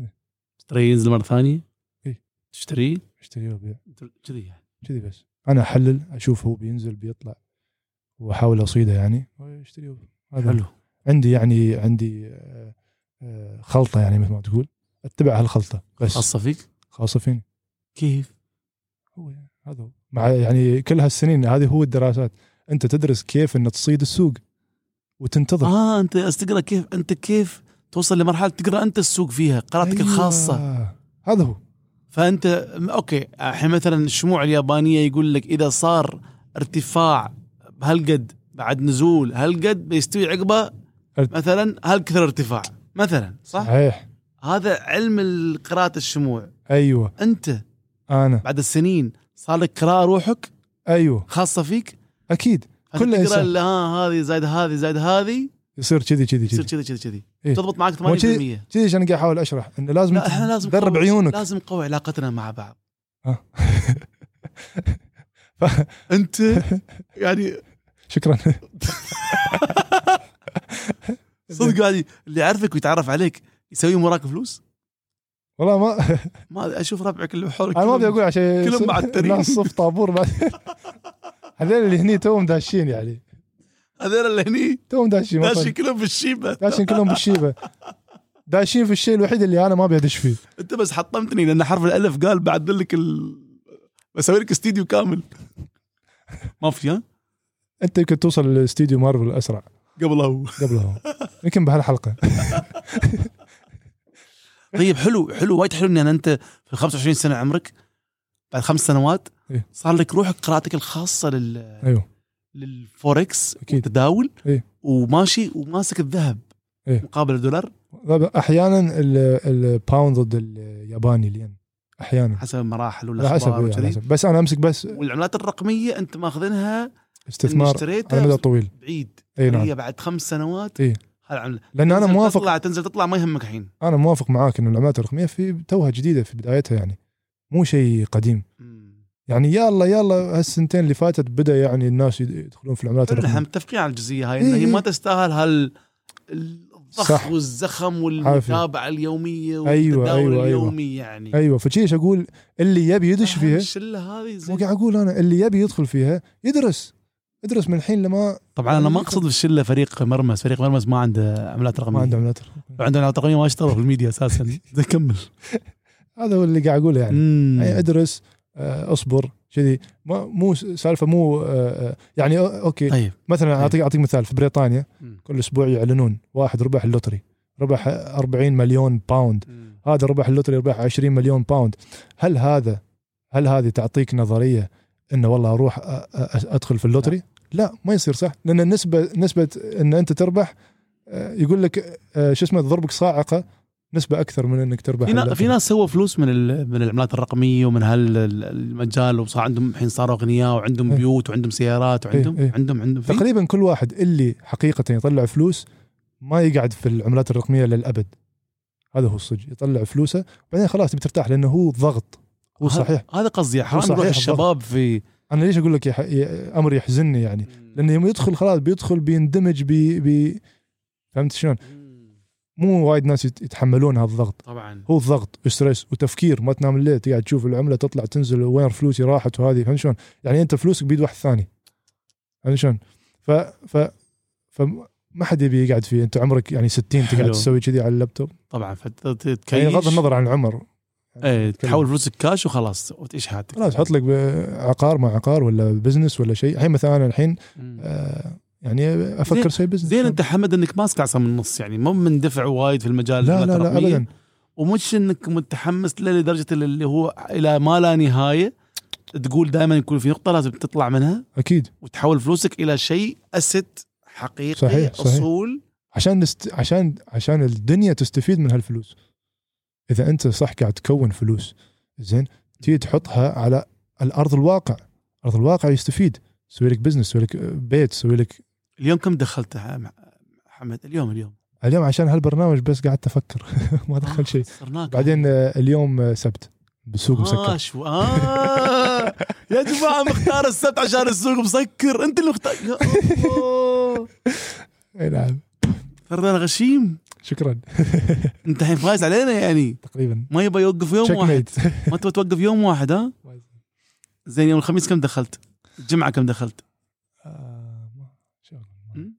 Speaker 3: إيه.
Speaker 1: تشتري ينزل مره ثانيه
Speaker 3: إيه.
Speaker 1: تشتريه
Speaker 3: اشتري وبيع
Speaker 1: تر- كذي يعني
Speaker 3: كذي بس انا احلل اشوف هو بينزل بيطلع واحاول اصيده يعني اشتري هذا
Speaker 1: حلو
Speaker 3: عندي يعني عندي آه، آه، خلطه يعني مثل ما تقول اتبع هالخلطه بس
Speaker 1: خاصه فيك
Speaker 3: خاصه فيني
Speaker 1: كيف
Speaker 3: هو هذا هو مع يعني كل هالسنين هذه هو الدراسات انت تدرس كيف ان تصيد السوق وتنتظر
Speaker 1: اه انت بس تقرا كيف انت كيف توصل لمرحله تقرا انت السوق فيها قراءتك
Speaker 3: أيوة.
Speaker 1: الخاصه
Speaker 3: هذا هو
Speaker 1: فانت اوكي الحين مثلا الشموع اليابانيه يقول لك اذا صار ارتفاع بهالقد بعد نزول هالقد بيستوي عقبه
Speaker 3: ارت-
Speaker 1: مثلا هالكثر ارتفاع مثلا صح؟
Speaker 3: صحيح
Speaker 1: هذا علم ال- قراءه الشموع
Speaker 3: ايوه
Speaker 1: انت
Speaker 3: انا
Speaker 1: بعد السنين صار لك قراءه روحك
Speaker 3: ايوه
Speaker 1: خاصه فيك
Speaker 3: اكيد
Speaker 1: فأنت
Speaker 3: كل
Speaker 1: تقرا
Speaker 3: إنسان.
Speaker 1: ال- ها هذه زائد هذه زائد هذه
Speaker 3: يصير كذي كذي
Speaker 1: يصير
Speaker 3: كذي
Speaker 1: كذي كذي كذي
Speaker 3: إيه.
Speaker 1: تضبط معك 80%
Speaker 3: كذي عشان قاعد احاول اشرح انه لازم
Speaker 1: لا احنا لازم
Speaker 3: تدرب
Speaker 1: نقوي-
Speaker 3: عيونك
Speaker 1: لازم نقوي علاقتنا مع بعض
Speaker 3: آه.
Speaker 1: انت يعني
Speaker 3: شكرا
Speaker 1: صدق هذه اللي يعرفك ويتعرف عليك يسوي وراك فلوس
Speaker 3: والله ما
Speaker 1: ما اشوف ربعك اللي حولك
Speaker 3: انا ما ابي اقول عشان
Speaker 1: كلهم معترين.
Speaker 3: الناس صف طابور بعد هذول اللي هني توهم داشين يعني
Speaker 2: هذول اللي هني
Speaker 3: توهم داشين ما
Speaker 2: ماشي
Speaker 3: فاهم.
Speaker 2: كلهم في الشيبه
Speaker 3: داشين كلهم بالشيبه داشين في الشيء الوحيد اللي انا ما ابي ادش فيه
Speaker 2: انت بس حطمتني لان حرف الالف قال بعدل لك ال... بسوي لك استديو كامل
Speaker 1: ما في ها؟
Speaker 3: انت يمكن توصل لاستديو مارفل اسرع
Speaker 2: قبل هو
Speaker 3: قبلهم يمكن بهالحلقه
Speaker 1: طيب حلو حلو وايد حلو ان انت في ال 25 سنه عمرك بعد خمس سنوات
Speaker 3: إيه.
Speaker 1: صار لك روحك قراءتك الخاصه لل
Speaker 3: ايوه
Speaker 1: للفوركس
Speaker 3: أكيد.
Speaker 1: والتداول
Speaker 3: إيه.
Speaker 1: وماشي وماسك الذهب
Speaker 3: إيه.
Speaker 1: مقابل الدولار
Speaker 3: احيانا طيب، ال- الباوند ضد الياباني الين احيانا
Speaker 1: حسب المراحل
Speaker 3: على حسب
Speaker 2: إيه،
Speaker 1: والاخبار
Speaker 3: على
Speaker 1: وكذي
Speaker 3: حسب. بس انا امسك بس
Speaker 1: والعملات الرقميه انت ماخذينها إني
Speaker 3: استثمار على مدى
Speaker 1: اشتريتها
Speaker 3: طويل
Speaker 1: بعيد
Speaker 2: إيه،
Speaker 3: اي
Speaker 1: هي
Speaker 3: نعم
Speaker 1: بعد خمس سنوات
Speaker 3: إيه.
Speaker 1: هالعملة.
Speaker 3: لان انا
Speaker 1: تنزل
Speaker 3: موافق
Speaker 1: تطلع تنزل تطلع ما يهمك الحين
Speaker 3: انا موافق معاك انه العملات الرقميه في توها جديده في بدايتها يعني مو شيء قديم
Speaker 1: مم.
Speaker 3: يعني يلا يلا هالسنتين اللي فاتت بدا يعني الناس يد- يدخلون في العملات
Speaker 1: فعلا احنا
Speaker 3: الرقميه
Speaker 1: متفقين على الجزئيه هاي
Speaker 3: إيه
Speaker 1: ان هي
Speaker 3: إيه.
Speaker 1: ما تستاهل هال الضخ
Speaker 3: صح.
Speaker 1: والزخم والمتابعه اليوميه والتداول
Speaker 3: أيوة، أيوة،
Speaker 1: اليومي يعني
Speaker 3: ايوه فشي ايش اقول اللي يبي يدش
Speaker 1: آه،
Speaker 3: فيها
Speaker 1: الشله هذه زي-
Speaker 3: مو قاعد اقول انا اللي يبي يدخل فيها يدرس يدرس من الحين لما
Speaker 1: طبعا انا ما اقصد في الشله فريق مرمز فريق مرمز ما عنده عملات رقميه
Speaker 3: ما عنده عملات
Speaker 1: لو عنده عملات رقميه ما اشتغلوا في الميديا اساسا زي كمل
Speaker 3: هذا هو اللي قاعد اقوله يعني
Speaker 1: مم.
Speaker 3: يعني ادرس آه، اصبر كذي ما- مو س- سالفه مو آه، آه، يعني أو- اوكي
Speaker 1: طيب
Speaker 3: مثلا
Speaker 1: طيب.
Speaker 3: اعطيك اعطيك مثال في بريطانيا
Speaker 1: مم.
Speaker 3: كل اسبوع يعلنون واحد ربح اللوتري ربح 40 مليون باوند
Speaker 1: مم.
Speaker 3: هذا ربح اللوتري ربح 20 مليون باوند هل هذا هل هذه تعطيك نظريه انه والله اروح أ- أ- ادخل في اللوتري لا ما يصير صح لان النسبه نسبه ان انت تربح آه، يقول لك آه، شو اسمه ضربك صاعقه نسبه اكثر من انك تربح
Speaker 1: في ناس
Speaker 3: اللوتري.
Speaker 1: في ناس سووا فلوس من ال- من العملات الرقميه ومن هالمجال وصار عندهم الحين صاروا اغنياء وعندهم
Speaker 3: إيه.
Speaker 1: بيوت وعندهم سيارات وعندهم
Speaker 3: إيه، إيه.
Speaker 1: عندهم عندهم في-
Speaker 3: تقريبا كل واحد اللي حقيقة يطلع فلوس ما يقعد في العملات الرقمية للأبد هذا هو الصج يطلع فلوسه بعدين خلاص تبي ترتاح لأنه هو ضغط هو
Speaker 1: هذا-
Speaker 3: صحيح
Speaker 1: هذا قصدي حرام
Speaker 3: صحيح
Speaker 1: يروح
Speaker 3: بالضبط.
Speaker 1: الشباب في
Speaker 3: أنا ليش أقول لك يح... ي... أمر يحزنني يعني لأنه يوم يدخل خلاص بيدخل بيندمج بي... بي... فهمت شلون
Speaker 1: مم.
Speaker 3: مو وايد ناس يت- يتحملون هالضغط
Speaker 1: طبعا
Speaker 3: هو الضغط وستريس وتفكير ما تنام الليل تقعد تشوف العملة تطلع تنزل وين فلوسي راحت وهذه فهمت شلون يعني أنت فلوسك بيد واحد ثاني فهمت شلون ف... ف... ف... ما حد يبي يقعد فيه انت عمرك يعني 60
Speaker 1: حلو.
Speaker 3: تقعد تسوي كذي على اللابتوب
Speaker 1: طبعا
Speaker 3: يعني غض
Speaker 1: فتكيش
Speaker 3: النظر عن العمر
Speaker 1: ايه
Speaker 3: تتكلم.
Speaker 1: تحول فلوسك كاش وخلاص وتعيش حياتك
Speaker 3: خلاص حط لك ب- عقار مع عقار ولا بزنس ولا شيء الحين مثلا انا الحين
Speaker 1: مم.
Speaker 3: آه يعني افكر
Speaker 1: زين-
Speaker 3: اسوي بزنس
Speaker 1: زين انت حمد انك ماسك عصا من النص يعني مو مندفع وايد في المجال
Speaker 3: لا لا لا
Speaker 1: الرقمية،
Speaker 3: ابدا
Speaker 1: ومش انك متحمس له لدرجه اللي هو الى ما لا نهايه تقول دائما يكون في نقطه لازم تطلع منها
Speaker 3: اكيد
Speaker 1: وتحول فلوسك الى شيء اسد حقيقي
Speaker 3: صحيح، صحيح.
Speaker 1: اصول
Speaker 3: عشان نست... عشان عشان الدنيا تستفيد من هالفلوس اذا انت صح قاعد تكون فلوس زين تيجي تحطها على الارض الواقع ارض الواقع يستفيد سوي لك بزنس سوي لك بيت سوي لك
Speaker 1: اليوم كم دخلت ح- حمد اليوم اليوم
Speaker 3: اليوم عشان هالبرنامج بس قعدت افكر ما دخل شيء
Speaker 1: صرناك
Speaker 3: بعدين آه، اليوم آه، سبت بالسوق
Speaker 1: آه
Speaker 3: مسكر
Speaker 1: شو آه يا جماعه مختار السبت عشان السوق مسكر انت اللي مختار يا الله
Speaker 3: اي نعم
Speaker 1: ترى انا غشيم
Speaker 3: شكرا
Speaker 1: انت الحين فايز علينا يعني
Speaker 3: تقريبا
Speaker 1: ما يبغى يوقف يوم
Speaker 3: تشيك
Speaker 1: واحد
Speaker 3: ميت
Speaker 1: ما تبغى توقف يوم واحد ها
Speaker 3: كويس.
Speaker 1: زين يوم الخميس كم دخلت؟ الجمعه كم دخلت؟
Speaker 3: آه، ما- شو أقول؟ ما-
Speaker 1: م؟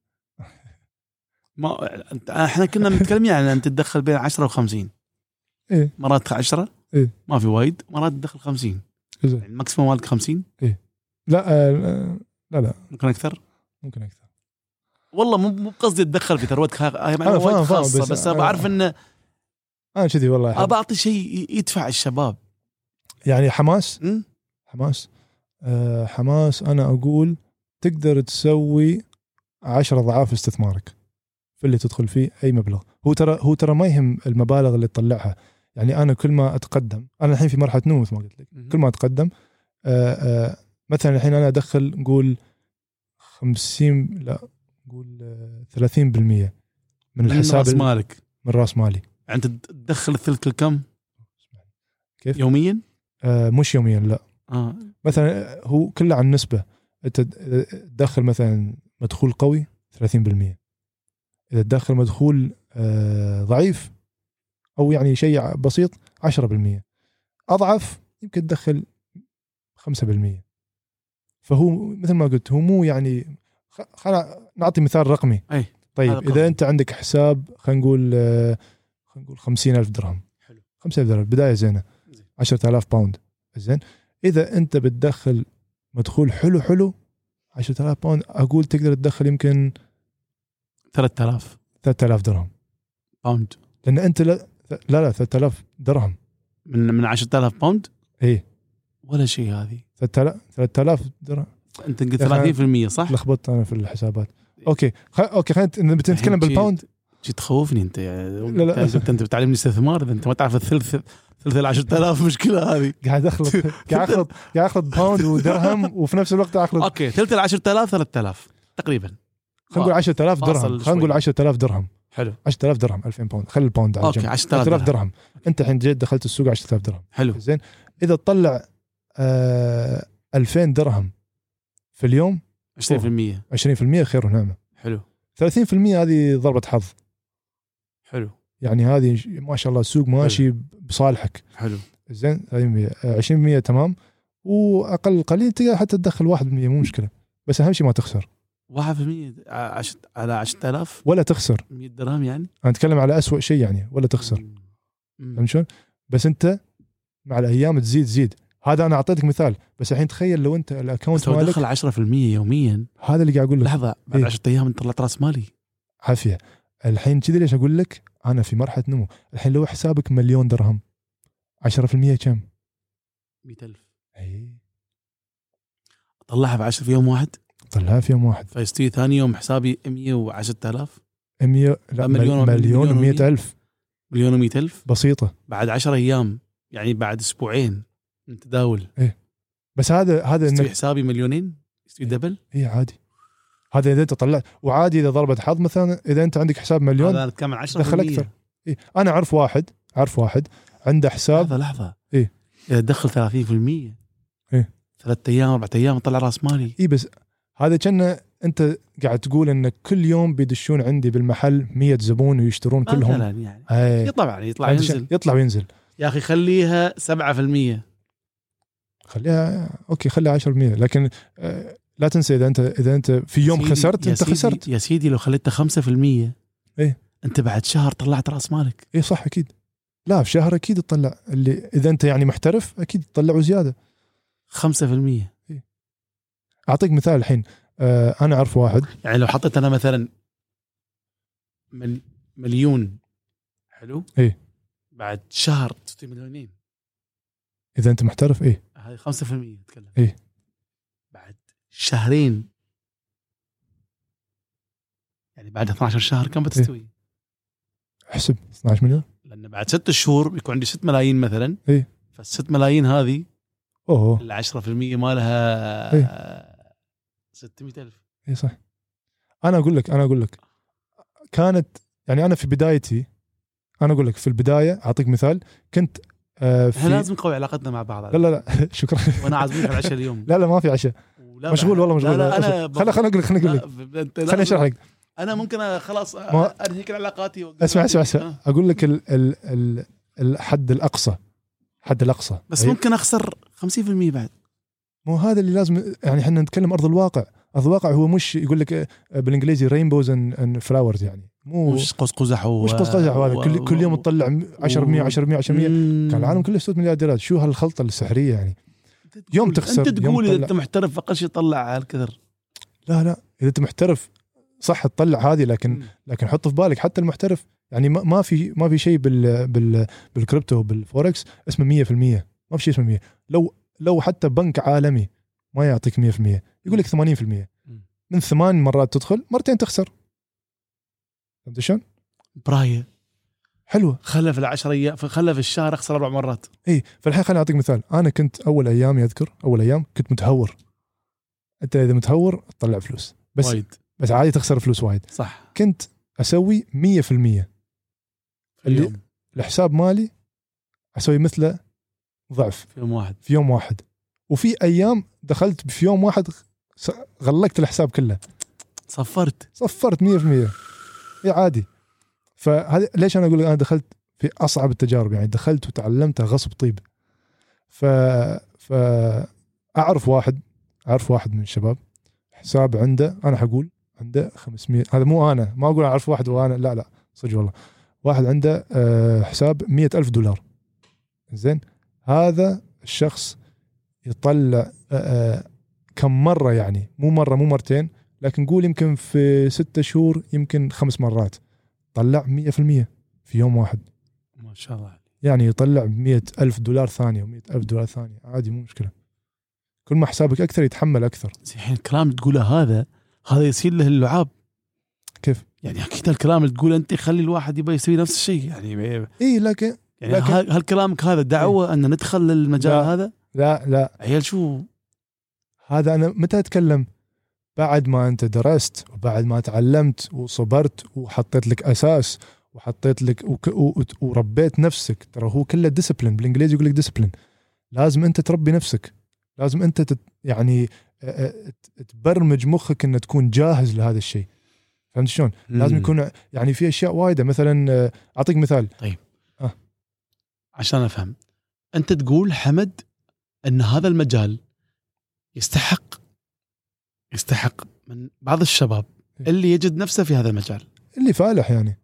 Speaker 1: ما أنت- احنا كنا متكلمين عن ان تتدخل بين 10 و50
Speaker 3: إيه.
Speaker 1: مرات 10
Speaker 3: إيه.
Speaker 1: ما في وايد مرات تدخل 50
Speaker 3: زين.
Speaker 1: يعني الماكسيموم مالك 50
Speaker 3: لا آه، لا لا
Speaker 1: ممكن اكثر
Speaker 3: ممكن اكثر
Speaker 1: والله مو مو بقصدي اتدخل في ثروتك هاي هاي معلومة
Speaker 3: أنا فاهم-
Speaker 1: وايد
Speaker 3: فاهم،
Speaker 1: خاصه
Speaker 3: بس
Speaker 1: بس
Speaker 3: أنا-
Speaker 1: بعرف انه
Speaker 3: انا كذي آه، والله أحب.
Speaker 1: ابى اعطي شيء ي- يدفع الشباب
Speaker 3: يعني حماس
Speaker 1: م؟
Speaker 3: حماس آه، حماس انا اقول تقدر تسوي عشرة اضعاف استثمارك في اللي تدخل فيه اي مبلغ هو ترى هو ترى ما يهم المبالغ اللي تطلعها يعني انا كل ما اتقدم انا الحين في مرحله نمو مثل ما قلت لك كل ما اتقدم آه، آه، مثلا الحين انا ادخل نقول 50 لا نقول آه، 30% من
Speaker 1: من
Speaker 3: الحساب
Speaker 1: راس مالك
Speaker 3: من راس مالي
Speaker 1: يعني أنت تدخل الثلث الكم
Speaker 3: كيف؟
Speaker 1: يوميا؟
Speaker 3: آه، مش يوميا لا
Speaker 1: اه
Speaker 3: مثلا آه، هو كله عن نسبه انت تدخل مثلا مدخول قوي 30% اذا تدخل مدخول آه، ضعيف او يعني شيء بسيط 10% اضعف يمكن تدخل 5% فهو مثل ما قلت هو مو يعني خ- خلا نعطي مثال رقمي
Speaker 1: أي،
Speaker 3: طيب
Speaker 1: هذا
Speaker 3: اذا
Speaker 1: قصدي.
Speaker 3: انت عندك حساب خلينا نقول آه، خلينا نقول 50000 درهم
Speaker 1: حلو.
Speaker 3: 50000 درهم بدايه زينه
Speaker 1: زين.
Speaker 3: 10000 باوند زين اذا انت بتدخل مدخول حلو حلو 10000 باوند اقول تقدر تدخل يمكن
Speaker 1: 3000
Speaker 3: 3000 درهم
Speaker 1: باوند
Speaker 3: لان انت لا لا, لا 3000 درهم
Speaker 1: من من 10000 باوند
Speaker 3: اي
Speaker 1: ولا شيء هذه
Speaker 3: 3000 درهم
Speaker 1: انت قلت
Speaker 3: يا أخي،
Speaker 1: 30% صح؟
Speaker 3: لخبطت انا في الحسابات اوكي خ... اوكي خلينا بتتكلم
Speaker 1: الحين شي-
Speaker 3: بالباوند
Speaker 1: شي تخوفني انت يعني
Speaker 3: لا، لا.
Speaker 1: انت انت بتعلمني استثمار اذا انت ما تعرف الثلث ثلث ال 10000 مشكله هذه
Speaker 3: قاعد اخلط قاعد اخلط قاعد اخلط باوند ودرهم وفي نفس الوقت اخلط
Speaker 1: اوكي ثلث ال 10000 3000 تقريبا
Speaker 3: خلينا نقول 10000 درهم
Speaker 1: فاصل
Speaker 3: خلينا نقول
Speaker 1: شوي.
Speaker 3: 10000 درهم
Speaker 1: آه، حلو
Speaker 3: 10000 درهم 2000 باوند خلي الباوند على
Speaker 1: اوكي
Speaker 3: جنب
Speaker 1: 10000
Speaker 3: 10000 درهم انت الحين جيت دخلت السوق 10000 درهم
Speaker 1: حلو
Speaker 3: زين اذا تطلع آه 2000 درهم في اليوم
Speaker 1: 20%
Speaker 3: 20% خير ونعمه
Speaker 1: حلو
Speaker 3: 30% هذه ضربه حظ
Speaker 1: حلو
Speaker 3: يعني هذه ش- ما شاء الله السوق ماشي بصالحك
Speaker 1: حلو
Speaker 3: زين 30% آه، 20% تمام واقل قليل تقدر حتى تدخل 1% مو مشكله بس اهم شيء ما تخسر
Speaker 1: 1% ع- عش- على 10000
Speaker 3: ولا تخسر
Speaker 1: 100 درهم يعني
Speaker 3: انا اتكلم على أسوأ شيء يعني ولا تخسر
Speaker 1: مم.
Speaker 3: فهمت شلون؟ بس انت مع الايام تزيد زيد هذا انا اعطيتك مثال بس الحين تخيل لو انت
Speaker 1: بس
Speaker 3: الاكونت
Speaker 1: لو
Speaker 3: مالك
Speaker 1: دخل 10% يوميا
Speaker 3: هذا اللي قاعد اقول لك
Speaker 1: لحظه بعد
Speaker 3: إيه.
Speaker 1: 10 ايام انت طلعت راس مالي
Speaker 3: عافيه الحين كذي ليش اقول لك انا في مرحله نمو الحين لو حسابك مليون درهم 10% كم؟
Speaker 1: 100000
Speaker 3: اي
Speaker 1: طلعها ب 10 في يوم واحد
Speaker 3: طلعها في يوم واحد
Speaker 1: فيستوي ثاني يوم حسابي 110,000
Speaker 3: 100 لا
Speaker 1: مليون-
Speaker 3: مليون مليون
Speaker 1: مليون
Speaker 3: و100 الف
Speaker 1: مليون و100000
Speaker 3: بسيطه
Speaker 1: بعد 10 ايام يعني بعد اسبوعين من تداول
Speaker 3: بس هذا هذا انك
Speaker 1: يستوي حسابي مليونين يستوي
Speaker 3: إيه.
Speaker 1: دبل
Speaker 3: اي عادي هذا اذا انت طلعت وعادي اذا ضربت حظ مثلا اذا انت عندك حساب مليون
Speaker 1: هذا انا اتكلم عن 10%
Speaker 3: دخل أكثر. إيه انا اعرف واحد اعرف واحد عنده حساب
Speaker 1: لحظه لحظه
Speaker 3: إيه.
Speaker 1: اذا تدخل 30%
Speaker 3: إيه.
Speaker 1: ثلاث ايام اربع ايام طلع راس مالي
Speaker 3: اي إيه، بس هذا كنا انت قاعد تقول ان كل يوم بيدشون عندي بالمحل 100 زبون ويشترون كلهم
Speaker 1: مثلا يعني
Speaker 3: اي
Speaker 1: يطلع يعني يطلع
Speaker 3: عندي شيء-
Speaker 1: ينزل
Speaker 3: يطلع وينزل
Speaker 1: يا اخي خليها 7%
Speaker 3: خليها اوكي خليها 10% لكن آه لا تنسى اذا انت اذا انت في يوم
Speaker 1: سيدي-
Speaker 3: خسرت
Speaker 1: يا
Speaker 3: انت
Speaker 1: سيدي-
Speaker 3: خسرت
Speaker 1: يا سيدي لو خليتها 5%
Speaker 3: إيه.
Speaker 1: انت بعد شهر طلعت راس مالك
Speaker 3: اي إيه صح اكيد لا في شهر اكيد تطلع اللي اذا انت يعني محترف اكيد تطلع وزياده
Speaker 1: 5%
Speaker 3: اعطيك مثال الحين آه انا اعرف واحد
Speaker 1: يعني لو حطيت انا مثلا مل مليون حلو
Speaker 3: إيه.
Speaker 1: بعد شهر تستوي مليونين
Speaker 3: اذا انت محترف ايه
Speaker 1: هذه 5% اتكلم
Speaker 3: إيه.
Speaker 1: بعد شهرين يعني بعد 12 شهر كم بتستوي؟
Speaker 3: إيه. احسب 12 مليون
Speaker 1: لان بعد ست شهور بيكون عندي 6 ملايين مثلا
Speaker 3: إيه.
Speaker 1: فال 6 ملايين هذه
Speaker 3: اوه
Speaker 1: ال 10% مالها
Speaker 3: إيه.
Speaker 1: 600000
Speaker 3: اي إيه صح انا اقول لك انا اقول لك كانت يعني انا في بدايتي انا اقول لك في البدايه اعطيك مثال كنت آه في
Speaker 1: احنا لازم نقوي علاقتنا مع بعض
Speaker 3: لا لا لا شكرا
Speaker 1: وانا عازمك على العشاء اليوم
Speaker 3: لا لا ما في عشاء
Speaker 1: ولا
Speaker 3: مشغول
Speaker 1: بح-
Speaker 3: والله مشغول
Speaker 1: لا لا انا
Speaker 3: أصبر. خلا خلا اقول لك خليني اقول لك
Speaker 1: لا، انت
Speaker 3: خليني
Speaker 1: لازم-
Speaker 3: اشرح لك
Speaker 1: انا ممكن أ- خلاص أ-
Speaker 3: ما-
Speaker 1: انهي كل علاقاتي وأقول
Speaker 3: اسمع اسمع
Speaker 1: لك،
Speaker 3: اسمع
Speaker 1: آه.
Speaker 3: اقول لك ال ال ال الحد الاقصى الحد الاقصى
Speaker 1: بس
Speaker 3: طيب؟
Speaker 1: ممكن اخسر 50% بعد
Speaker 3: مو هذا اللي لازم يعني احنا نتكلم ارض الواقع ارض الواقع هو مش يقول لك آه، بالانجليزي رينبوز اند فلاورز يعني مو
Speaker 1: مش قوس قزح و...
Speaker 3: مش قصة تجاه هذا كل كل يوم تطلع 10% 10% 10%
Speaker 1: كان
Speaker 3: كان العالم كله يستورد مليارديرات شو هالخلطه السحريه يعني يوم تخسر،
Speaker 1: انت
Speaker 3: يوم
Speaker 1: تقول اذا
Speaker 3: تطلع.
Speaker 1: انت محترف اقل شيء طلع هالكثر
Speaker 3: لا لا اذا انت محترف صح تطلع هذه لكن لكن حط في بالك حتى المحترف يعني ما- ما في ما في شيء بال بال بالكريبتو بالفوركس اسمه 100% ما في شيء اسمه 100 لو لو حتى بنك عالمي ما يعطيك 100% يقول لك 80%
Speaker 1: مم.
Speaker 3: من ثمان مرات تدخل مرتين تخسر فهمت شلون؟
Speaker 1: برايه
Speaker 3: حلوه
Speaker 1: خلى في العشر ايام خلى في الشهر اخسر اربع مرات
Speaker 3: اي إيه، فالحين خليني اعطيك مثال انا كنت اول ايامي اذكر اول ايام كنت متهور انت اذا متهور تطلع فلوس بس وايد.
Speaker 1: وايد
Speaker 3: بس عادي تخسر فلوس وايد
Speaker 1: صح
Speaker 3: كنت اسوي 100%
Speaker 1: في
Speaker 3: اللي-
Speaker 1: اليوم
Speaker 3: الحساب مالي اسوي مثله ضعف
Speaker 1: في يوم واحد
Speaker 3: في يوم واحد وفي ايام دخلت في يوم واحد غ- غلقت الحساب كله
Speaker 1: صفرت
Speaker 3: صفرت 100% إيه عادي فهذا ليش انا اقول لك انا دخلت في اصعب التجارب يعني دخلت وتعلمتها غصب طيب ف ف اعرف واحد اعرف واحد من الشباب حساب عنده انا حقول عنده 500 هذا مو انا ما اقول اعرف واحد وانا لا لا صدق والله واحد عنده آه، حساب مئة ألف دولار زين هذا الشخص يطلع آه، آه، كم مرة يعني مو مرة مو مرتين لكن قول يمكن في ستة شهور يمكن خمس مرات طلع 100% في يوم واحد
Speaker 1: ما شاء الله عليك.
Speaker 3: يعني يطلع مئة ألف دولار ثانية و100 ألف دولار ثانية عادي مو مشكلة كل ما حسابك أكثر يتحمل أكثر
Speaker 1: زين الحين الكلام تقوله هذا هذا يصير له اللعاب
Speaker 3: كيف؟
Speaker 1: يعني اكيد الكلام اللي تقوله انت يخلي الواحد يبى يسوي نفس الشيء يعني
Speaker 3: إي لكن
Speaker 1: يعني
Speaker 3: لكن- إيه.
Speaker 1: هل هل كلامك هذا دعوه ان ندخل للمجال
Speaker 3: لا.
Speaker 1: هذا؟
Speaker 3: لا لا
Speaker 1: عيال شو
Speaker 3: هذا انا متى اتكلم؟ بعد ما انت درست وبعد ما تعلمت وصبرت وحطيت لك اساس وحطيت لك وك و- وت- وربيت نفسك ترى هو كله ديسبلين بالانجليزي يقول لك ديسبلين لازم انت تربي نفسك لازم انت تت يعني آه، آه، ت- تبرمج مخك انه تكون جاهز لهذا الشيء فهمت شلون؟ لازم
Speaker 1: مم.
Speaker 3: يكون يعني في اشياء وايده مثلا آه، اعطيك مثال
Speaker 1: عشان افهم انت تقول حمد ان هذا المجال يستحق يستحق من بعض الشباب
Speaker 3: إيه.
Speaker 1: اللي يجد نفسه في هذا المجال
Speaker 3: اللي فالح يعني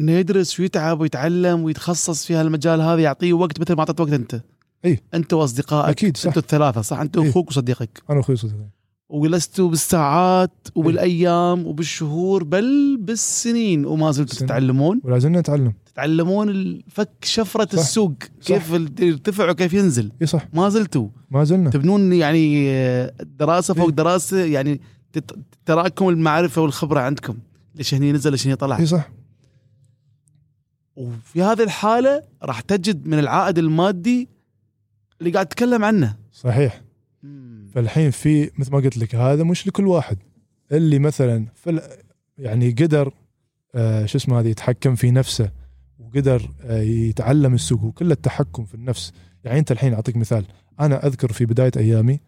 Speaker 1: انه يدرس ويتعب ويتعلم ويتخصص في هالمجال هذا يعطيه وقت مثل ما اعطيت وقت انت
Speaker 3: إيه.
Speaker 1: انت واصدقائك
Speaker 3: اكيد صح
Speaker 1: انتوا الثلاثه صح انت
Speaker 3: إيه.
Speaker 1: واخوك وصديقك
Speaker 3: انا اخوي صديقي
Speaker 1: وجلستوا بالساعات وبالايام وبالشهور بل بالسنين وما زلتوا
Speaker 3: سنين.
Speaker 1: تتعلمون
Speaker 3: ولا زلنا نتعلم
Speaker 1: تتعلمون ال- فك شفره
Speaker 3: صح.
Speaker 1: السوق كيف ال- يرتفع وكيف ينزل
Speaker 3: اي صح
Speaker 1: ما زلتوا
Speaker 3: ما زلنا
Speaker 1: تبنون يعني آه، دراسه فوق
Speaker 3: إيه.
Speaker 1: دراسه يعني تت- تراكم المعرفه والخبره عندكم ليش هني نزل ليش هني طلع
Speaker 3: اي صح
Speaker 1: وفي هذه الحاله راح تجد من العائد المادي اللي قاعد تتكلم عنه
Speaker 3: صحيح فالحين في مثل ما قلت لك هذا مش لكل واحد اللي مثلا فل يعني قدر آه شو اسمه هذا يتحكم في نفسه وقدر آه يتعلم السوق وكل التحكم في النفس يعني انت الحين اعطيك مثال انا اذكر في بدايه ايامي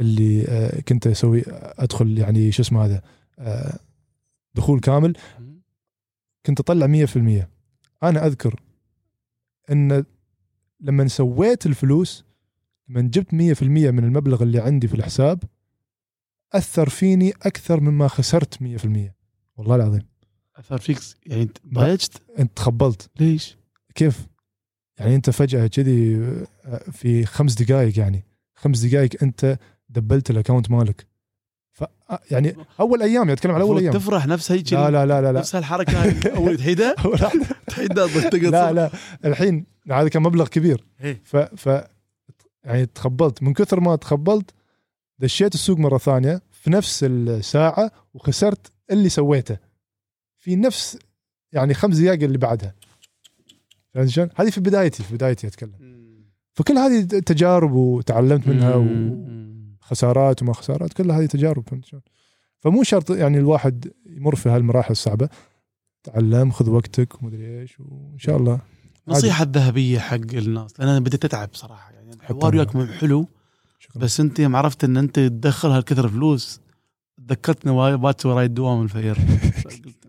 Speaker 3: اللي آه كنت اسوي ادخل يعني شو اسمه هذا آه دخول كامل كنت اطلع 100% انا اذكر ان لما سويت الفلوس لما جبت 100% من المبلغ اللي عندي في الحساب اثر فيني اكثر مما خسرت 100% والله العظيم
Speaker 1: اثر فيك يعني انت
Speaker 3: ما-
Speaker 1: ضايجت
Speaker 3: انت تخبلت
Speaker 1: ليش؟
Speaker 3: كيف يعني انت فجاه كذي آه، في خمس دقائق يعني خمس دقائق انت دبلت الاكونت مالك ف يعني اول ايام يعني اتكلم على اول
Speaker 1: المفروض
Speaker 3: ايام
Speaker 1: تفرح نفس هيك
Speaker 3: لا لا لا لا لا
Speaker 1: نفس هالحركه هذه اول تحيده
Speaker 3: أول
Speaker 1: تحيده تقعد
Speaker 3: لا لا الحين هذا كان مبلغ كبير
Speaker 1: إيه.
Speaker 3: ف ف يعني تخبلت من كثر ما تخبلت دشيت السوق مره ثانيه في نفس الساعه وخسرت اللي سويته في نفس يعني خمس دقائق اللي بعدها فهمت شلون؟ هذه في بدايتي في بدايتي اتكلم فكل هذه تجارب وتعلمت منها و... خسارات وما خسارات كل هذه تجارب فهمت شلون؟ فمو شرط يعني الواحد يمر في هالمراحل الصعبه تعلم خذ وقتك ومدري ايش وان شاء الله
Speaker 1: نصيحه الذهبيه حق الناس لان انا بديت اتعب صراحه يعني الحوار وياكم حلو
Speaker 3: شكرا
Speaker 1: بس انت يوم عرفت ان انت تدخل هالكثر فلوس تذكرتني وايد بات وراي الدوام الفير فقلت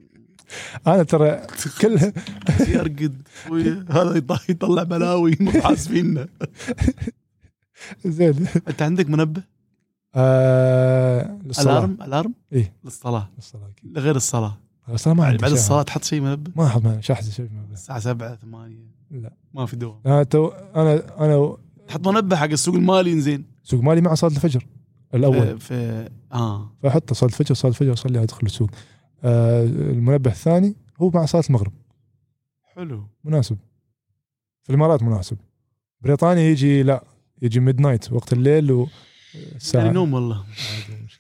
Speaker 3: انا ترى كل
Speaker 1: يرقد وي- هذا يط- يطلع بلاوي مو حاسبيننا
Speaker 3: زين
Speaker 1: انت عندك منبه
Speaker 3: آه للصلاه
Speaker 1: الارم الارم
Speaker 3: إيه.
Speaker 1: للصلاه
Speaker 3: للصلاه أكيد.
Speaker 1: غير الصلاه
Speaker 3: الصلاه ما عندي
Speaker 1: بعد
Speaker 3: شيء.
Speaker 1: الصلاه تحط شيء منبه
Speaker 3: ما احد ما شحذ شيء ما بس.
Speaker 1: الساعه 7 8
Speaker 3: لا.
Speaker 1: ما في دوام
Speaker 3: انا تو انا انا
Speaker 1: تحط منبه حق السوق المالي زين
Speaker 3: سوق مالي مع صلاه الفجر
Speaker 1: إيه.
Speaker 3: الاول
Speaker 1: في اه
Speaker 3: فاحط صلاه الفجر صلاه الفجر اصلي ادخل السوق آه المنبه الثاني هو مع صلاه المغرب
Speaker 1: حلو
Speaker 3: مناسب في الامارات مناسب بريطانيا يجي لا يجي ميد نايت وقت الليل و
Speaker 1: يعني
Speaker 3: الساعه
Speaker 1: نوم والله
Speaker 3: عادي، مش-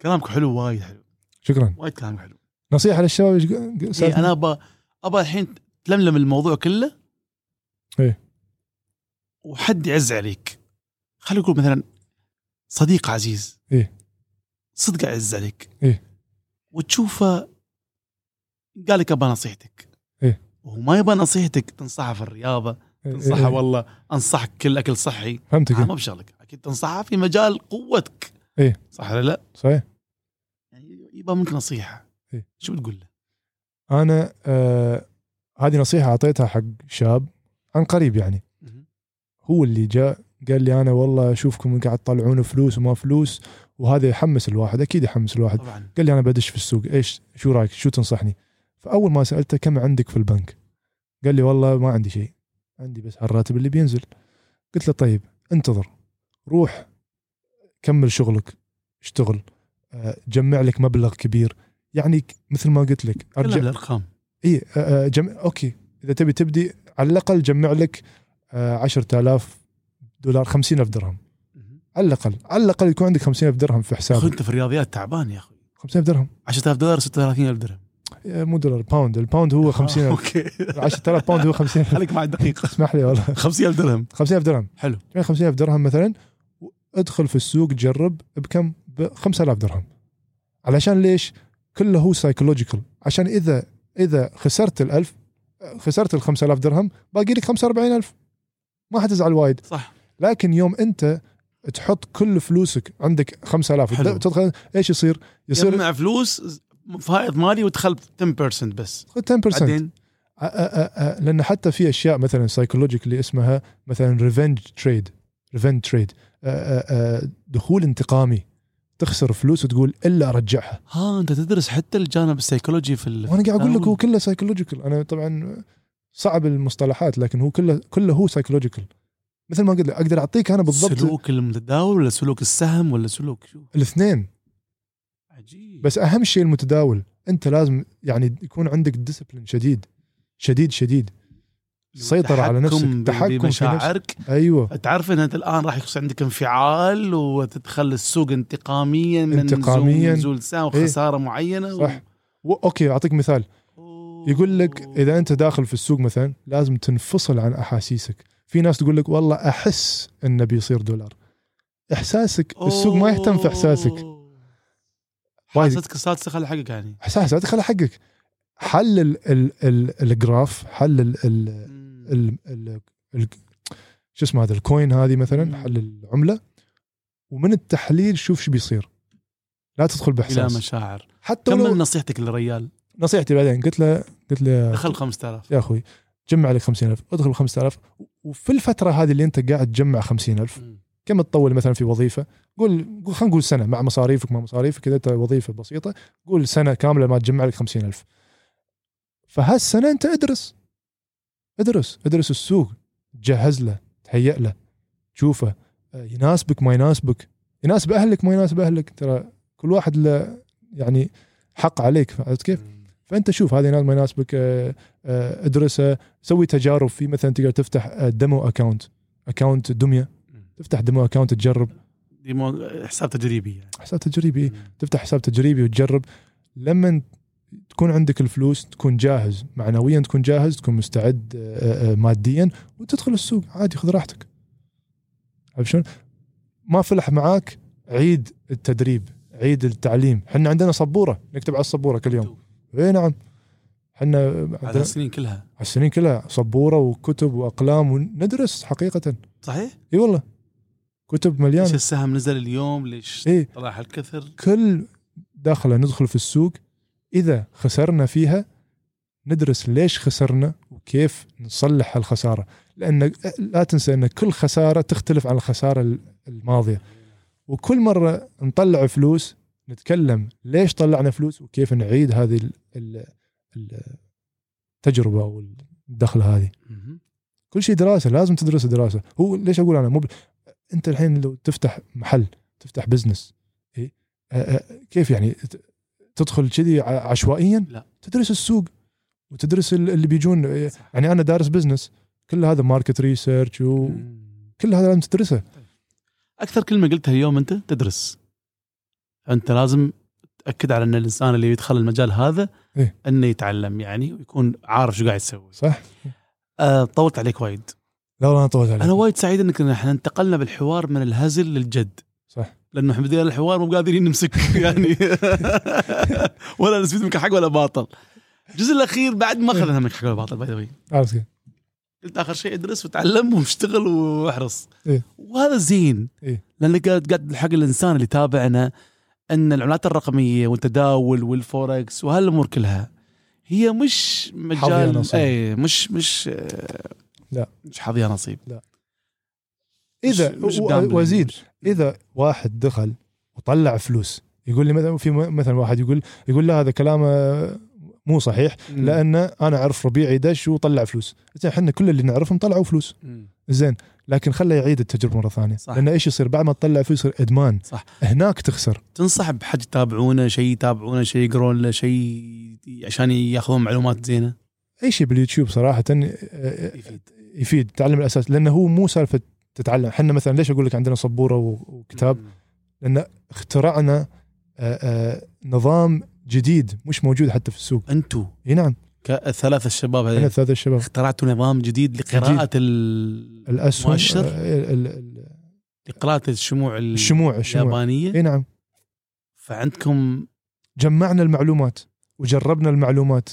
Speaker 1: كلامك حلو وايد حلو
Speaker 3: شكرا
Speaker 1: وايد كلامك حلو
Speaker 3: نصيحه للشباب ايش قل-
Speaker 1: إيه انا ابى ابى الحين تلملم الموضوع كله
Speaker 3: إيه.
Speaker 1: وحد يعز عليك خلي يقول مثلا صديق عزيز
Speaker 3: إيه.
Speaker 1: صدق يعز عليك
Speaker 3: إيه.
Speaker 1: وتشوفه قال لك ابى نصيحتك
Speaker 3: إيه.
Speaker 1: وهو ما يبى نصيحتك تنصحه في الرياضه تنصحه والله انصحك كل اكل صحي آه،
Speaker 3: فهمتك
Speaker 1: ما بشغلك اكيد تنصحه في مجال قوتك
Speaker 3: إيه.
Speaker 1: صح ولا لا؟
Speaker 3: صحيح
Speaker 1: يعني يبقى منك نصيحه
Speaker 3: إيه.
Speaker 1: شو بتقول له؟
Speaker 3: انا آه هذه نصيحه اعطيتها حق شاب عن قريب يعني هو اللي جاء قال لي انا والله اشوفكم قاعد تطلعون فلوس وما فلوس وهذا يحمس الواحد اكيد يحمس الواحد
Speaker 1: طبعا
Speaker 3: قال لي انا بدش في السوق ايش شو رايك شو تنصحني فاول ما سالته كم عندك في البنك قال لي والله ما عندي شيء عندي بس هالراتب اللي بينزل قلت له طيب انتظر روح كمل شغلك اشتغل آه، جمع لك مبلغ كبير يعني ك- مثل ما قلت لك
Speaker 1: كلها بالارقام
Speaker 3: اي آه، آه، جم... اوكي اذا تبي تبدي على الاقل جمع لك آه، 10000 دولار 50000 درهم على الاقل على الاقل يكون عندك 50000 درهم في
Speaker 1: يا اخوي
Speaker 3: حسابك
Speaker 1: انت في الرياضيات تعبان يا اخوي
Speaker 3: 50000 درهم
Speaker 1: 10000 دولار 36000 درهم
Speaker 3: آه، مو دولار باوند الباوند هو 50000
Speaker 1: آه، اوكي
Speaker 3: 10000 باوند هو 50000
Speaker 1: خليك معي دقيقه
Speaker 3: اسمح لي والله
Speaker 1: 50000 درهم
Speaker 3: 50000 درهم
Speaker 1: حلو.
Speaker 3: يعني 50000 درهم مثلا و- ادخل في السوق جرب بكم؟ ب 5000 درهم علشان ليش؟ كله هو سايكولوجيكال عشان اذا اذا خسرت ال1000 خسرت ال 5000 درهم باقي لك 45000 ما حتزعل وايد
Speaker 1: صح
Speaker 3: لكن يوم انت تحط كل فلوسك عندك 5000
Speaker 1: حلو.
Speaker 3: تدخل ايش يصير؟ يصير
Speaker 1: جمع فلوس فائض مالي ودخل 10% بس
Speaker 3: 10%
Speaker 1: بعدين
Speaker 3: أ- أ- أ- لان حتى في اشياء مثلا سايكولوجيكلي اسمها مثلا ريفنج تريد ريفنج تريد دخول انتقامي تخسر فلوس وتقول الا ارجعها
Speaker 1: ها انت تدرس حتى الجانب السيكولوجي في ال...
Speaker 3: وانا قاعد اقول لك هو
Speaker 1: التداول.
Speaker 3: كله سايكولوجيكال انا طبعا صعب المصطلحات لكن هو كله كله هو سايكولوجيكال مثل ما قلت لك اقدر اعطيك انا بالضبط
Speaker 1: سلوك المتداول ولا سلوك السهم ولا سلوك شو
Speaker 3: الاثنين
Speaker 1: عجيب
Speaker 3: بس اهم شيء المتداول انت لازم يعني يكون عندك ديسبلين شديد شديد شديد سيطرة على نفسك،
Speaker 1: تحكم ب-
Speaker 3: تحكم في
Speaker 1: بمشاعرك
Speaker 3: ايوه
Speaker 1: تعرف ان انت الان راح يصير عندك انفعال وتدخل السوق انتقاميا من
Speaker 3: انتقامياً.
Speaker 1: نزول- نزول سهم
Speaker 3: إيه.
Speaker 1: وخساره معينه و...
Speaker 3: صح. و- اوكي اعطيك مثال يقول لك اذا انت داخل في السوق مثلا لازم تنفصل عن احاسيسك في ناس تقول لك والله احس انه بيصير دولار احساسك السوق ما يهتم في احساسك وايد.
Speaker 1: حاستك السادسه خلي حقك يعني
Speaker 3: احساسك دخل حقك حل ال ال ال الجراف حل ال ال
Speaker 1: مم.
Speaker 3: ال ال ال شو اسمه هذا الكوين هذه مثلا
Speaker 1: مم.
Speaker 3: حل العمله ومن التحليل شوف شو بيصير لا تدخل
Speaker 1: بلا
Speaker 3: باحساس
Speaker 1: مشاعر
Speaker 3: حتى
Speaker 1: كمل
Speaker 3: لو
Speaker 1: نصيحتك للريال
Speaker 3: نصيحتي بعدين قلت له قلت له
Speaker 1: دخل 5000
Speaker 3: يا اخوي جمع لك 50000 ادخل 5000 وفي الفتره هذه اللي انت قاعد تجمع 50000
Speaker 1: مم.
Speaker 3: كم تطول مثلا في وظيفه قول قول- خلينا نقول سنه مع مصاريفك مع مصاريفك كذا انت وظيفه بسيطه قول سنه كامله ما تجمع لك 50000 فهالسنه انت ادرس ادرس ادرس السوق تجهز له تهيأ له تشوفه آه، يناسبك ما يناسبك يناسب اهلك ما يناسب اهلك ترى كل واحد له يعني حق عليك عرفت كيف؟
Speaker 1: مم.
Speaker 3: فانت شوف هذه الناس ما يناسبك آه، آه، ادرسه سوي تجارب فيه مثلا تقدر تفتح آه، ديمو اكونت اكونت دميه تفتح ديمو اكونت تجرب
Speaker 1: ديمو حساب تجريبي يعني
Speaker 3: حساب تجريبي
Speaker 1: مم.
Speaker 3: تفتح حساب تجريبي وتجرب لما تكون عندك الفلوس تكون جاهز معنويا تكون جاهز تكون مستعد آه، آه، ماديا وتدخل السوق عادي خذ راحتك عارف شلون؟ ما فلح معاك عيد التدريب عيد التعليم احنا عندنا سبوره نكتب على السبوره كل يوم اي نعم احنا
Speaker 1: على
Speaker 3: عندنا
Speaker 1: السنين كلها
Speaker 3: على السنين كلها سبوره وكتب واقلام وندرس حقيقه
Speaker 1: صحيح؟
Speaker 3: اي والله كتب
Speaker 1: ليش
Speaker 3: مليانه
Speaker 1: السهم نزل اليوم؟ ليش
Speaker 3: اي
Speaker 1: طلع هالكثر؟
Speaker 3: كل داخله ندخل في السوق اذا خسرنا فيها ندرس ليش خسرنا وكيف نصلح هالخساره لان لا تنسى ان كل خساره تختلف عن الخساره الماضيه وكل مره نطلع فلوس نتكلم ليش طلعنا فلوس وكيف نعيد هذه ال- ال- ال- التجربه او الدخله هذه
Speaker 1: مم.
Speaker 3: كل شيء دراسه لازم تدرس دراسه هو ليش اقول انا مو ب... انت الحين لو تفتح محل تفتح بزنس إيه؟ أ- أ- كيف يعني ت- تدخل كذي ع- عشوائيا
Speaker 1: لا.
Speaker 3: تدرس السوق وتدرس ال- اللي بيجون إيه،
Speaker 1: صح.
Speaker 3: يعني انا دارس بزنس كل هذا ماركت ريسيرش وكل
Speaker 1: مم.
Speaker 3: هذا لازم تدرسه
Speaker 1: اكثر كلمه قلتها اليوم انت تدرس انت لازم تاكد على ان الانسان اللي يدخل المجال هذا
Speaker 3: إيه.
Speaker 1: انه يتعلم يعني ويكون عارف شو قاعد يسوي
Speaker 3: صح
Speaker 1: أه طولت عليك وايد
Speaker 3: لا والله انا طولت عليك
Speaker 1: انا وايد سعيد انك احنا انتقلنا بالحوار من الهزل للجد
Speaker 3: صح
Speaker 1: لانه احنا بدينا الحوار مو قادرين نمسك يعني ولا
Speaker 3: إيه.
Speaker 1: نسبت منك حق ولا باطل الجزء الاخير بعد ما اخذنا منك حق ولا باطل باي ذا
Speaker 3: عارف كيف
Speaker 1: قلت اخر شيء ادرس وتعلم واشتغل واحرص
Speaker 3: إيه.
Speaker 1: وهذا زين
Speaker 3: إيه.
Speaker 1: لانك قاعد قاعد حق الانسان اللي تابعنا ان العملات الرقميه والتداول والفوركس وهالامور كلها هي مش
Speaker 3: حظ يا
Speaker 1: مجال
Speaker 3: نصيب.
Speaker 1: اي مش مش آه،
Speaker 3: لا.
Speaker 1: مش حظ يا نصيب
Speaker 3: اذا
Speaker 1: مش- مش
Speaker 3: و-
Speaker 1: gambling.
Speaker 3: وازيد اذا واحد دخل وطلع فلوس يقول لي مثلا في م- مثلا واحد يقول يقول لا هذا كلامه مو صحيح لان انا اعرف ربيعي دش وطلع فلوس زين احنا كل اللي نعرفهم طلعوا فلوس
Speaker 1: مم.
Speaker 3: زين لكن خله يعيد التجربه مره ثانيه
Speaker 1: صح.
Speaker 3: لان ايش يصير بعد ما تطلع فلوس يصير ادمان
Speaker 1: صح.
Speaker 3: هناك تخسر
Speaker 1: تنصح بحد يتابعونه شيء يتابعونه شيء يقرون له شيء عشان ياخذون معلومات زينه
Speaker 3: اي شيء باليوتيوب صراحه آه،
Speaker 1: يفيد
Speaker 3: يفيد تعلم الاساس لانه هو مو سالفه تتعلم احنا مثلا ليش اقول لك عندنا سبوره و- وكتاب اخترعنا آه، آه، نظام جديد مش موجود حتى في السوق
Speaker 1: انتم
Speaker 3: اي نعم
Speaker 1: كثلاثه الشباب
Speaker 3: احنا
Speaker 1: هذول
Speaker 3: ثلاثه الشباب
Speaker 1: اخترعتوا نظام جديد لقراءه ال...
Speaker 3: الاسهم
Speaker 1: مؤشر؟
Speaker 3: آه، ال- ال-
Speaker 1: لقراءه الشموع ال-
Speaker 3: الشموع الشموع
Speaker 1: اليابانيه
Speaker 3: اي نعم
Speaker 1: فعندكم
Speaker 3: جمعنا المعلومات وجربنا المعلومات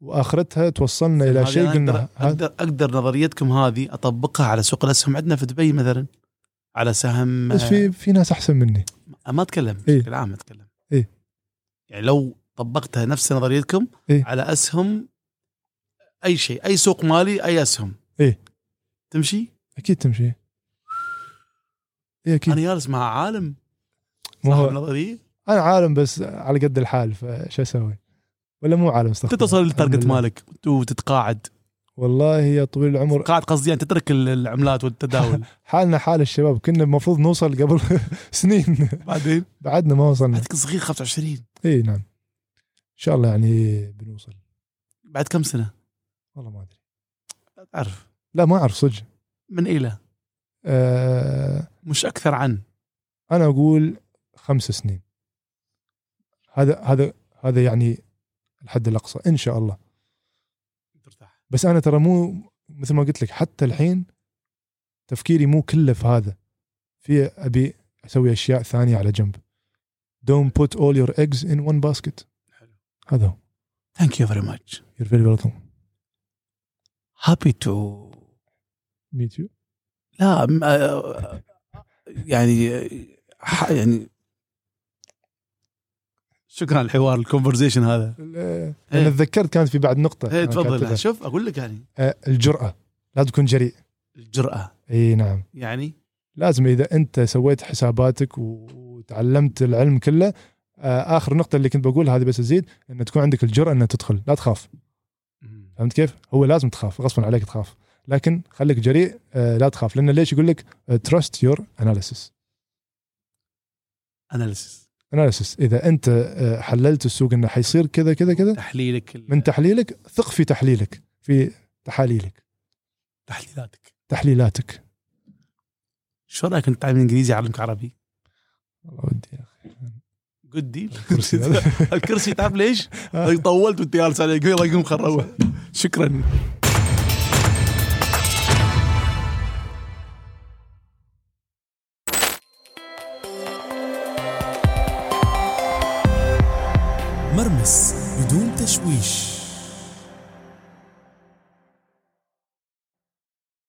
Speaker 3: واخرتها توصلنا الى
Speaker 1: هذه
Speaker 3: شيء
Speaker 1: أنا
Speaker 3: قلنا
Speaker 1: أقدر-
Speaker 3: هذا
Speaker 1: اقدر اقدر نظريتكم هذه اطبقها على سوق الاسهم عندنا في دبي مثلا على سهم
Speaker 3: بس في في ناس احسن مني
Speaker 1: آه، ما اتكلم
Speaker 3: إيه.
Speaker 1: بشكل عام اتكلم
Speaker 3: إيه.
Speaker 1: يعني لو طبقتها نفس نظريتكم
Speaker 3: إيه.
Speaker 1: على اسهم اي شيء اي سوق مالي اي اسهم
Speaker 3: إيه.
Speaker 1: تمشي؟
Speaker 3: اكيد تمشي اي اكيد
Speaker 1: انا جالس مع عالم
Speaker 3: مو
Speaker 1: صاحب
Speaker 3: هو-
Speaker 1: نظريه
Speaker 3: انا عالم بس على قد الحال فش اسوي ولا مو عالم استغفر
Speaker 1: تتصل
Speaker 3: الله. الحمد
Speaker 1: للتارجت
Speaker 3: لله.
Speaker 1: مالك وتتقاعد
Speaker 3: والله يا طويل العمر
Speaker 1: قاعد قصدي يعني تترك ال- العملات والتداول
Speaker 3: حالنا حال الشباب كنا المفروض نوصل قبل سنين
Speaker 1: بعدين
Speaker 3: بعدنا ما وصلنا
Speaker 1: بعدك صغير 25
Speaker 3: اي نعم ان شاء الله يعني بنوصل
Speaker 1: بعد كم سنه؟
Speaker 3: والله ما ادري
Speaker 1: تعرف
Speaker 3: لا ما اعرف صدق
Speaker 1: من الى
Speaker 3: آه
Speaker 1: مش اكثر عن
Speaker 3: انا اقول خمس سنين هذا هذا هذا يعني الحد الاقصى ان شاء الله
Speaker 1: ترتاح
Speaker 3: بس انا ترى مو مثل ما قلت لك حتى الحين تفكيري مو كله في هذا في ابي اسوي اشياء ثانيه على جنب don't put all your eggs in one basket
Speaker 1: حلو.
Speaker 3: هذا هو
Speaker 1: ثانك يو فيري ماتش
Speaker 3: you're very welcome
Speaker 1: هابي تو
Speaker 3: meet you
Speaker 1: لا م- آه، يعني آه، ح- يعني شكرا على الحوار الكونفرزيشن هذا
Speaker 3: لا،
Speaker 1: إيه.
Speaker 3: انا تذكرت كانت في بعد نقطه
Speaker 1: هي
Speaker 3: أنا
Speaker 1: تفضل
Speaker 3: كاتبها.
Speaker 1: شوف اقول لك يعني
Speaker 3: آه، الجرأة لا تكون جريء
Speaker 1: الجراه
Speaker 3: اي نعم
Speaker 1: يعني
Speaker 3: لازم اذا انت سويت حساباتك و- وتعلمت العلم كله آه، اخر نقطه اللي كنت بقولها هذه بس ازيد ان تكون عندك الجرأة ان تدخل لا تخاف فهمت كيف هو لازم تخاف غصبا عليك تخاف لكن خليك جريء آه، لا تخاف لان ليش يقول لك تراست يور اناليسيس
Speaker 1: اناليسيس
Speaker 3: اناليسيس اذا انت آه، حللت السوق انه حيصير كذا كذا كذا
Speaker 1: تحليلك ال-
Speaker 3: من تحليلك ثق في تحليلك في تحاليلك
Speaker 1: تحليلاتك
Speaker 3: تحليلاتك
Speaker 1: شو رايك انت تعلم انجليزي اعلمك عربي؟
Speaker 3: والله ودي يا اخي
Speaker 1: جود ديل
Speaker 3: الكرسي هذا.
Speaker 1: الكرسي تعرف ليش؟ لأنك طولت وانت جالس عليه يلا قوم خل نروح. شكرا
Speaker 4: مرمس بدون تشويش